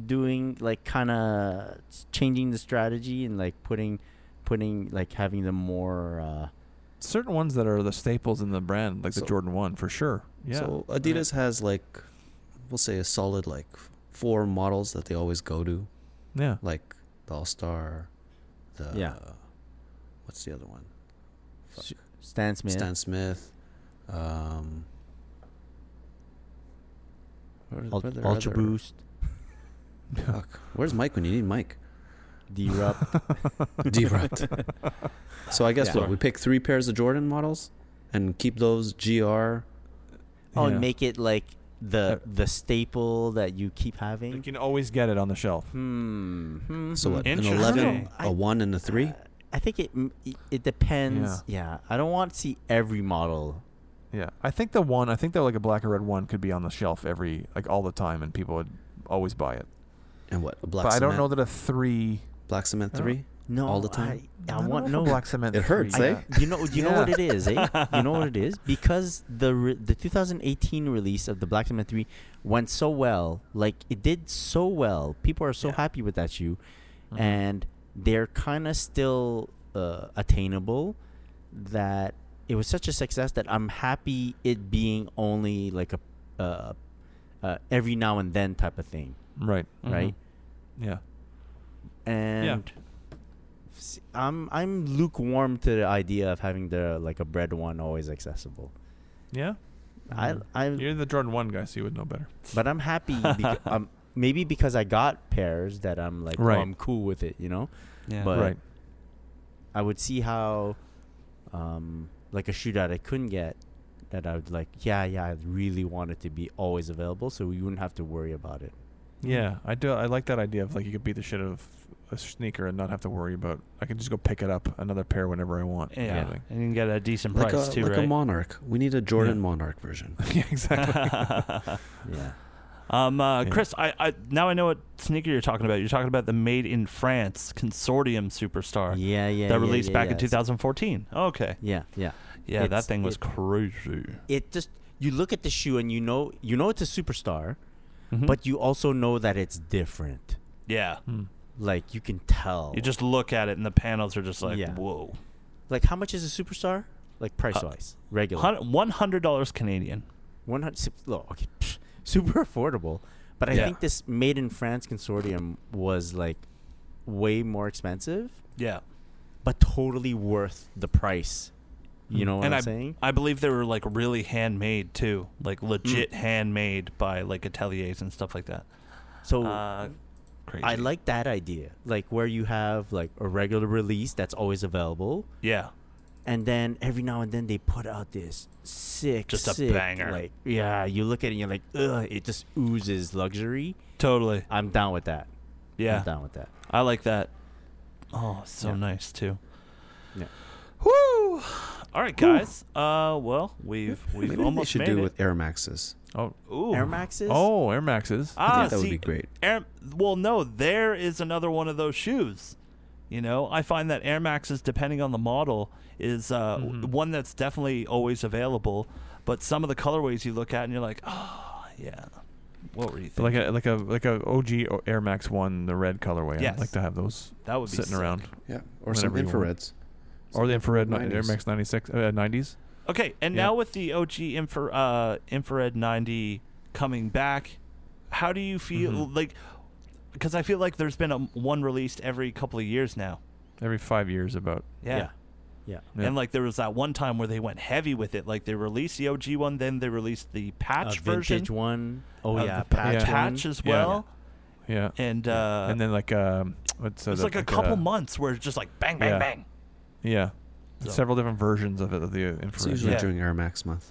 Speaker 3: doing like kind of changing the strategy and like putting putting like having them more. Uh,
Speaker 4: certain ones that are the staples in the brand, like
Speaker 6: So-
Speaker 4: the Jordan One, for sure. Yeah.
Speaker 6: So uh, Adidas has like, we'll say a solid like four models that they always go to,
Speaker 4: yeah.
Speaker 6: like the All Star, the
Speaker 3: Yeah.
Speaker 6: what's the other one?
Speaker 3: s- Stan Smith.
Speaker 6: Stan Smith. Um, where are-
Speaker 3: Ul-
Speaker 6: where are their
Speaker 3: Ultra
Speaker 6: other-
Speaker 3: Boost.
Speaker 6: Fuck. Where's Mike when you need Mike?
Speaker 3: D-Rup.
Speaker 6: Derupt. so I guess
Speaker 3: Yeah.
Speaker 6: what we pick three pairs of Jordan models and keep those GR.
Speaker 3: oh,
Speaker 4: Yeah.
Speaker 3: and make it like
Speaker 4: Uh,
Speaker 3: the the staple that you keep having.
Speaker 4: You can always get it on the shelf.
Speaker 3: Hmm. hmm,
Speaker 6: So what? An
Speaker 2: Mm-hmm. Interesting. Uh,
Speaker 6: eleven,
Speaker 3: I
Speaker 6: a
Speaker 3: don't know.
Speaker 6: one, and a three.
Speaker 3: I think it m- it- it depends. Yeah. I don't want to see every model.
Speaker 4: Yeah, I think the one, I think that like a black or red one could be on the shelf every like all the time, and people would always buy it.
Speaker 6: And what? A black
Speaker 4: But I
Speaker 6: cement.
Speaker 4: don't know that a three.
Speaker 6: Black cement
Speaker 4: I don't-
Speaker 6: three.
Speaker 3: No,
Speaker 6: all the time?
Speaker 3: I, I want no.
Speaker 4: black cement.
Speaker 6: It hurts,
Speaker 4: three,
Speaker 6: eh?
Speaker 4: uh,
Speaker 3: You know, you know
Speaker 6: Yeah.
Speaker 3: what it is, eh? You know what it is because the re- the 2018 release of the Black Cement 3 went so well, like it did so well. People are so
Speaker 4: Yeah.
Speaker 3: happy with that shoe,
Speaker 6: Mm-hmm.
Speaker 3: and they're kind of still uh, attainable. That it was such a success that I'm happy it being only like a uh, uh, every now and then type of thing,
Speaker 4: Right.
Speaker 3: right?
Speaker 4: Yeah.
Speaker 3: and s- I'm I'm lukewarm to the idea of having the like a bread one always accessible.
Speaker 4: Yeah.
Speaker 3: I I
Speaker 4: You're the Jordan One guy, so you would know better.
Speaker 3: but I'm happy. Beca- um, maybe because I got pairs that I'm like,
Speaker 4: Right.
Speaker 3: oh, I'm cool with it, you know.
Speaker 2: Yeah.
Speaker 3: But
Speaker 4: right.
Speaker 3: I would see how, um, like a shootout I couldn't get that I would like. Yeah, yeah, I really want it to be always available, so we wouldn't have to worry about it.
Speaker 4: Yeah, I do. I like that idea of like you could beat the shit out of a sneaker and not have to worry about. I can just go pick it up another pair whenever I want.
Speaker 2: Yeah.
Speaker 4: kind of thing.
Speaker 2: And you can get a decent
Speaker 6: Like,
Speaker 2: price
Speaker 6: a,
Speaker 2: too,
Speaker 6: like
Speaker 2: right?
Speaker 6: a monarch. We need a Jordan
Speaker 4: Yeah.
Speaker 6: monarch version.
Speaker 4: yeah. Exactly.
Speaker 3: Yeah.
Speaker 2: um, uh,
Speaker 4: Yeah.
Speaker 2: Chris, I, I now I know what sneaker you're talking about. You're talking about the Made in France Consortium Superstar
Speaker 3: Yeah, yeah.
Speaker 2: that
Speaker 3: yeah,
Speaker 2: released
Speaker 3: yeah,
Speaker 2: back
Speaker 3: yeah.
Speaker 2: in 2014. Okay.
Speaker 3: Yeah, yeah.
Speaker 2: Yeah, that
Speaker 3: It's-
Speaker 2: thing was
Speaker 3: it-
Speaker 2: crazy.
Speaker 3: it just you look at the shoe and you know you know it's a superstar,
Speaker 2: Mm-hmm.
Speaker 3: but you Hmm. also know that it's different.
Speaker 2: Yeah.
Speaker 4: Hmm.
Speaker 3: Like you can tell.
Speaker 2: You just look at it and the panels are just like,
Speaker 3: Yeah.
Speaker 2: whoa.
Speaker 3: like how much is a superstar? Like price
Speaker 2: Uh,
Speaker 3: wise, regular
Speaker 2: Hun- $100 Canadian.
Speaker 3: one hundred. Oh, okay, psh, super affordable. But I
Speaker 2: Yeah.
Speaker 3: think this made in France consortium was like way more expensive,
Speaker 2: Yeah.
Speaker 3: but totally worth the price. You know what
Speaker 2: Mm-hmm. and
Speaker 3: I'm
Speaker 2: I-
Speaker 3: saying? Hmm.
Speaker 2: I believe they were like really handmade too, like legit handmade by like ateliers and stuff like that.
Speaker 3: So
Speaker 6: Oh,
Speaker 2: Uh, crazy.
Speaker 3: I like that idea, like where you have like a regular release that's always available,
Speaker 2: Yeah.
Speaker 3: and then every now and then they put out this sick,
Speaker 2: Just a
Speaker 3: sick,
Speaker 2: banger.
Speaker 3: Like, yeah, you look at it and you're like, ugh, it just oozes luxury.
Speaker 2: Totally.
Speaker 3: I'm down with that.
Speaker 2: Yeah.
Speaker 3: I'm down with that.
Speaker 2: I like that. Oh, so
Speaker 3: Yeah.
Speaker 2: nice too.
Speaker 3: Yeah.
Speaker 2: Woo! All right, guys. Uh, well, we've we've
Speaker 6: Maybe they
Speaker 2: almost
Speaker 6: should
Speaker 2: made
Speaker 6: do
Speaker 2: it.
Speaker 6: with Air Maxes.
Speaker 4: oh.
Speaker 2: Ooh.
Speaker 3: Air Maxes.
Speaker 4: Oh, Air Maxes.
Speaker 2: Ah,
Speaker 6: that would
Speaker 2: see,
Speaker 6: be great.
Speaker 2: Air, well, no, there is another one of those shoes. You know, I find that Air Maxes, depending on the model, is uh,
Speaker 6: Mm-hmm.
Speaker 2: w- one that's definitely always available. But some of the colorways you look at and you're like, oh, yeah. What were you
Speaker 4: But
Speaker 2: thinking?
Speaker 4: like a like a like a OG o- Air Max One, the red colorway.
Speaker 2: Yes.
Speaker 4: I'd like to have those
Speaker 2: that would be
Speaker 4: sitting
Speaker 2: sick.
Speaker 4: around,
Speaker 6: Yeah, or some
Speaker 4: Whatever you want.
Speaker 6: infrareds.
Speaker 4: or the infrared ni- Air
Speaker 6: 90s.
Speaker 4: Max ninety six uh, nineties.
Speaker 2: Okay, and
Speaker 4: Yeah.
Speaker 2: now with the OG infra, uh, infrared 90 coming back, how do you feel like? Because I feel like there's been a, one released every couple of years now.
Speaker 4: Every five years, about.
Speaker 2: Yeah.
Speaker 3: Yeah. Yeah.
Speaker 4: Yeah.
Speaker 2: And like there was that one time where they went heavy with it. Like they released the OG one, then they released the
Speaker 3: A
Speaker 2: patch version,
Speaker 3: Uh, vintage one. Oh
Speaker 2: uh,
Speaker 3: yeah,
Speaker 2: the
Speaker 3: patch
Speaker 4: Yeah.
Speaker 3: one.
Speaker 2: patch as
Speaker 4: Yeah.
Speaker 2: well.
Speaker 4: Yeah.
Speaker 2: And uh,
Speaker 4: and then like um, what's uh,
Speaker 2: it's
Speaker 4: the-
Speaker 2: like a couple
Speaker 4: uh,
Speaker 2: months where it's just like bang, bang,
Speaker 4: yeah.
Speaker 2: bang.
Speaker 4: Yeah.
Speaker 2: So-
Speaker 4: Several different versions of it of the uh,
Speaker 6: It's
Speaker 4: infrared.
Speaker 6: usually
Speaker 2: Yeah.
Speaker 6: during Air Max month.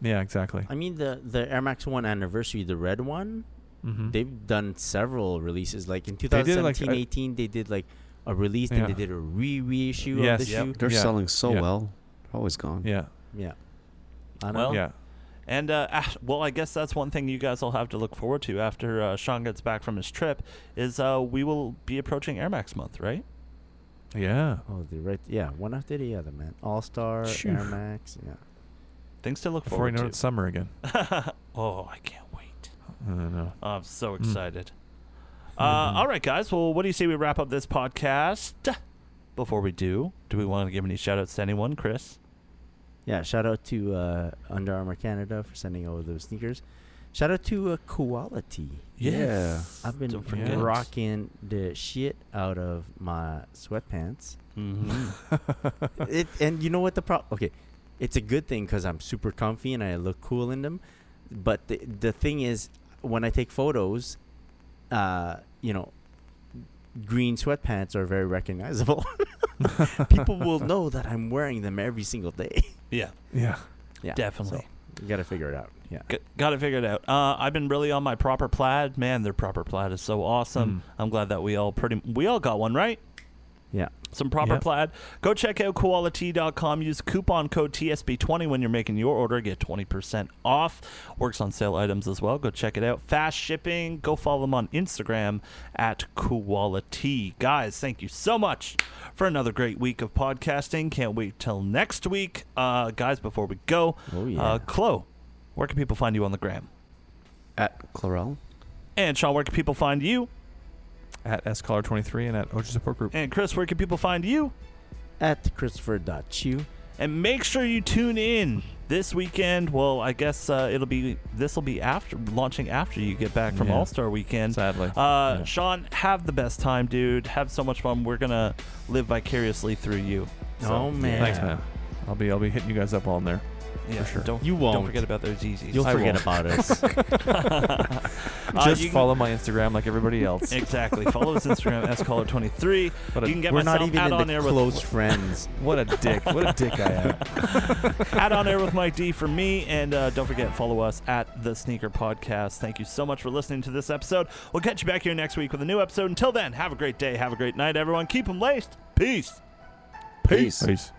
Speaker 4: Yeah, exactly.
Speaker 3: I mean the the Air Max One anniversary, the red one.
Speaker 4: Mm-hmm.
Speaker 3: They've done several releases. Like in
Speaker 4: did, like,
Speaker 3: 2017,
Speaker 4: a-
Speaker 3: 18, they did like a release, then they
Speaker 4: Yeah.
Speaker 3: did a re reissue
Speaker 4: Yes.
Speaker 3: of the
Speaker 2: Yep.
Speaker 3: shoe.
Speaker 6: They're
Speaker 4: Yeah.
Speaker 6: selling so
Speaker 4: Yeah.
Speaker 6: well. Always gone.
Speaker 4: yeah,
Speaker 3: Yeah. I don't
Speaker 2: Well,
Speaker 3: know.
Speaker 4: yeah,
Speaker 2: And uh, ah, well, I guess that's one thing you guys will have to look forward to after uh, Sean gets back from his trip. Is uh, we will be approaching Air Max month, right?
Speaker 4: yeah.
Speaker 3: Oh, they're right. Yeah, one after the other, man. All Star,
Speaker 4: Phew.
Speaker 3: Air Max. Yeah.
Speaker 2: Things to look
Speaker 4: Before
Speaker 2: forward
Speaker 4: you know
Speaker 2: to.
Speaker 4: it, it's summer again.
Speaker 2: oh, I can't wait.
Speaker 4: I don't know. Mm-hmm.
Speaker 2: I'm so
Speaker 4: Hmm.
Speaker 2: excited. Uh, all right, guys. Well, what do you say we wrap up this podcast? Before we do, do we want to give any shout outs to anyone, Chris?
Speaker 3: Yeah. Shout out to uh, Under Armour Canada for sending all those sneakers. Shout out to uh, Quality.
Speaker 6: Yes.
Speaker 3: I've been
Speaker 2: Don't forget.
Speaker 3: rocking the shit out of my sweatpants.
Speaker 2: hmm
Speaker 6: Mm-hmm.
Speaker 3: it and you know what the problem? Okay, it's a good thing because I'm super comfy and I look cool in them. But the the thing is, when I take photos, uh, you know, green sweatpants are very recognizable. People will know that I'm wearing them every single day.
Speaker 2: yeah,
Speaker 4: Yeah.
Speaker 3: Yeah,
Speaker 2: definitely.
Speaker 3: so you got to figure it out. Yeah.
Speaker 2: G- got it figured out. Uh, I've been really on my proper plaid. Man, their proper plaid is so awesome. I'm glad that we all pretty we all got one, right?
Speaker 3: Yeah.
Speaker 2: some proper
Speaker 4: Yep.
Speaker 2: plaid. Go check out koalat.com. Use coupon code TSB20 when you're making your order. Get 20% off. Works on sale items as well. Go check it out. Fast shipping. Go follow them on Instagram at koalati. Guys, thank you so much for another great week of podcasting. Can't wait till next week. Uh, guys, before we go,
Speaker 3: Oh, yeah.
Speaker 2: uh, Chloe, where can people find you on the gram?
Speaker 6: At Clarel.
Speaker 2: And Sean, where can people find you?
Speaker 4: At SCollar23 and at OSHA Support Group.
Speaker 2: And Chris, where can people find you?
Speaker 3: At Christopher.chew.
Speaker 2: and make sure you tune in this weekend. Well, I guess uh, it'll be this will be after launching after you get back from
Speaker 4: Yeah.
Speaker 2: All Star Weekend.
Speaker 4: Sadly.
Speaker 2: uh,
Speaker 4: Yeah.
Speaker 2: Sean, have the best time, dude. Have so much fun. We're gonna live vicariously through you.
Speaker 3: oh, man.
Speaker 4: Thanks, man. I'll be I'll be hitting you guys up while I'm there.
Speaker 2: Yeah,
Speaker 4: sure.
Speaker 2: Don't
Speaker 3: You
Speaker 2: Don't
Speaker 3: won't.
Speaker 2: forget about those Yeezys.
Speaker 3: You'll
Speaker 4: I
Speaker 3: forget
Speaker 4: won't.
Speaker 3: about us.
Speaker 2: Uh,
Speaker 4: Just
Speaker 2: you can-
Speaker 4: follow my Instagram like everybody else.
Speaker 2: Exactly. Follow us Instagram scaller23. You
Speaker 4: What a-
Speaker 2: can get
Speaker 3: We're
Speaker 2: myself
Speaker 3: not even
Speaker 2: out
Speaker 3: in
Speaker 2: on
Speaker 3: the
Speaker 2: air
Speaker 3: close
Speaker 2: with
Speaker 3: friends.
Speaker 4: what a dick! What a dick I am.
Speaker 2: at on air with Mike D for me, and uh, don't forget follow us at the Sneaker Podcast. Thank you so much for listening to this episode. We'll catch you back here next week with a new episode. Until then, have a great day, have a great night, everyone. Keep them laced. Peace.
Speaker 6: Peace.
Speaker 4: Peace.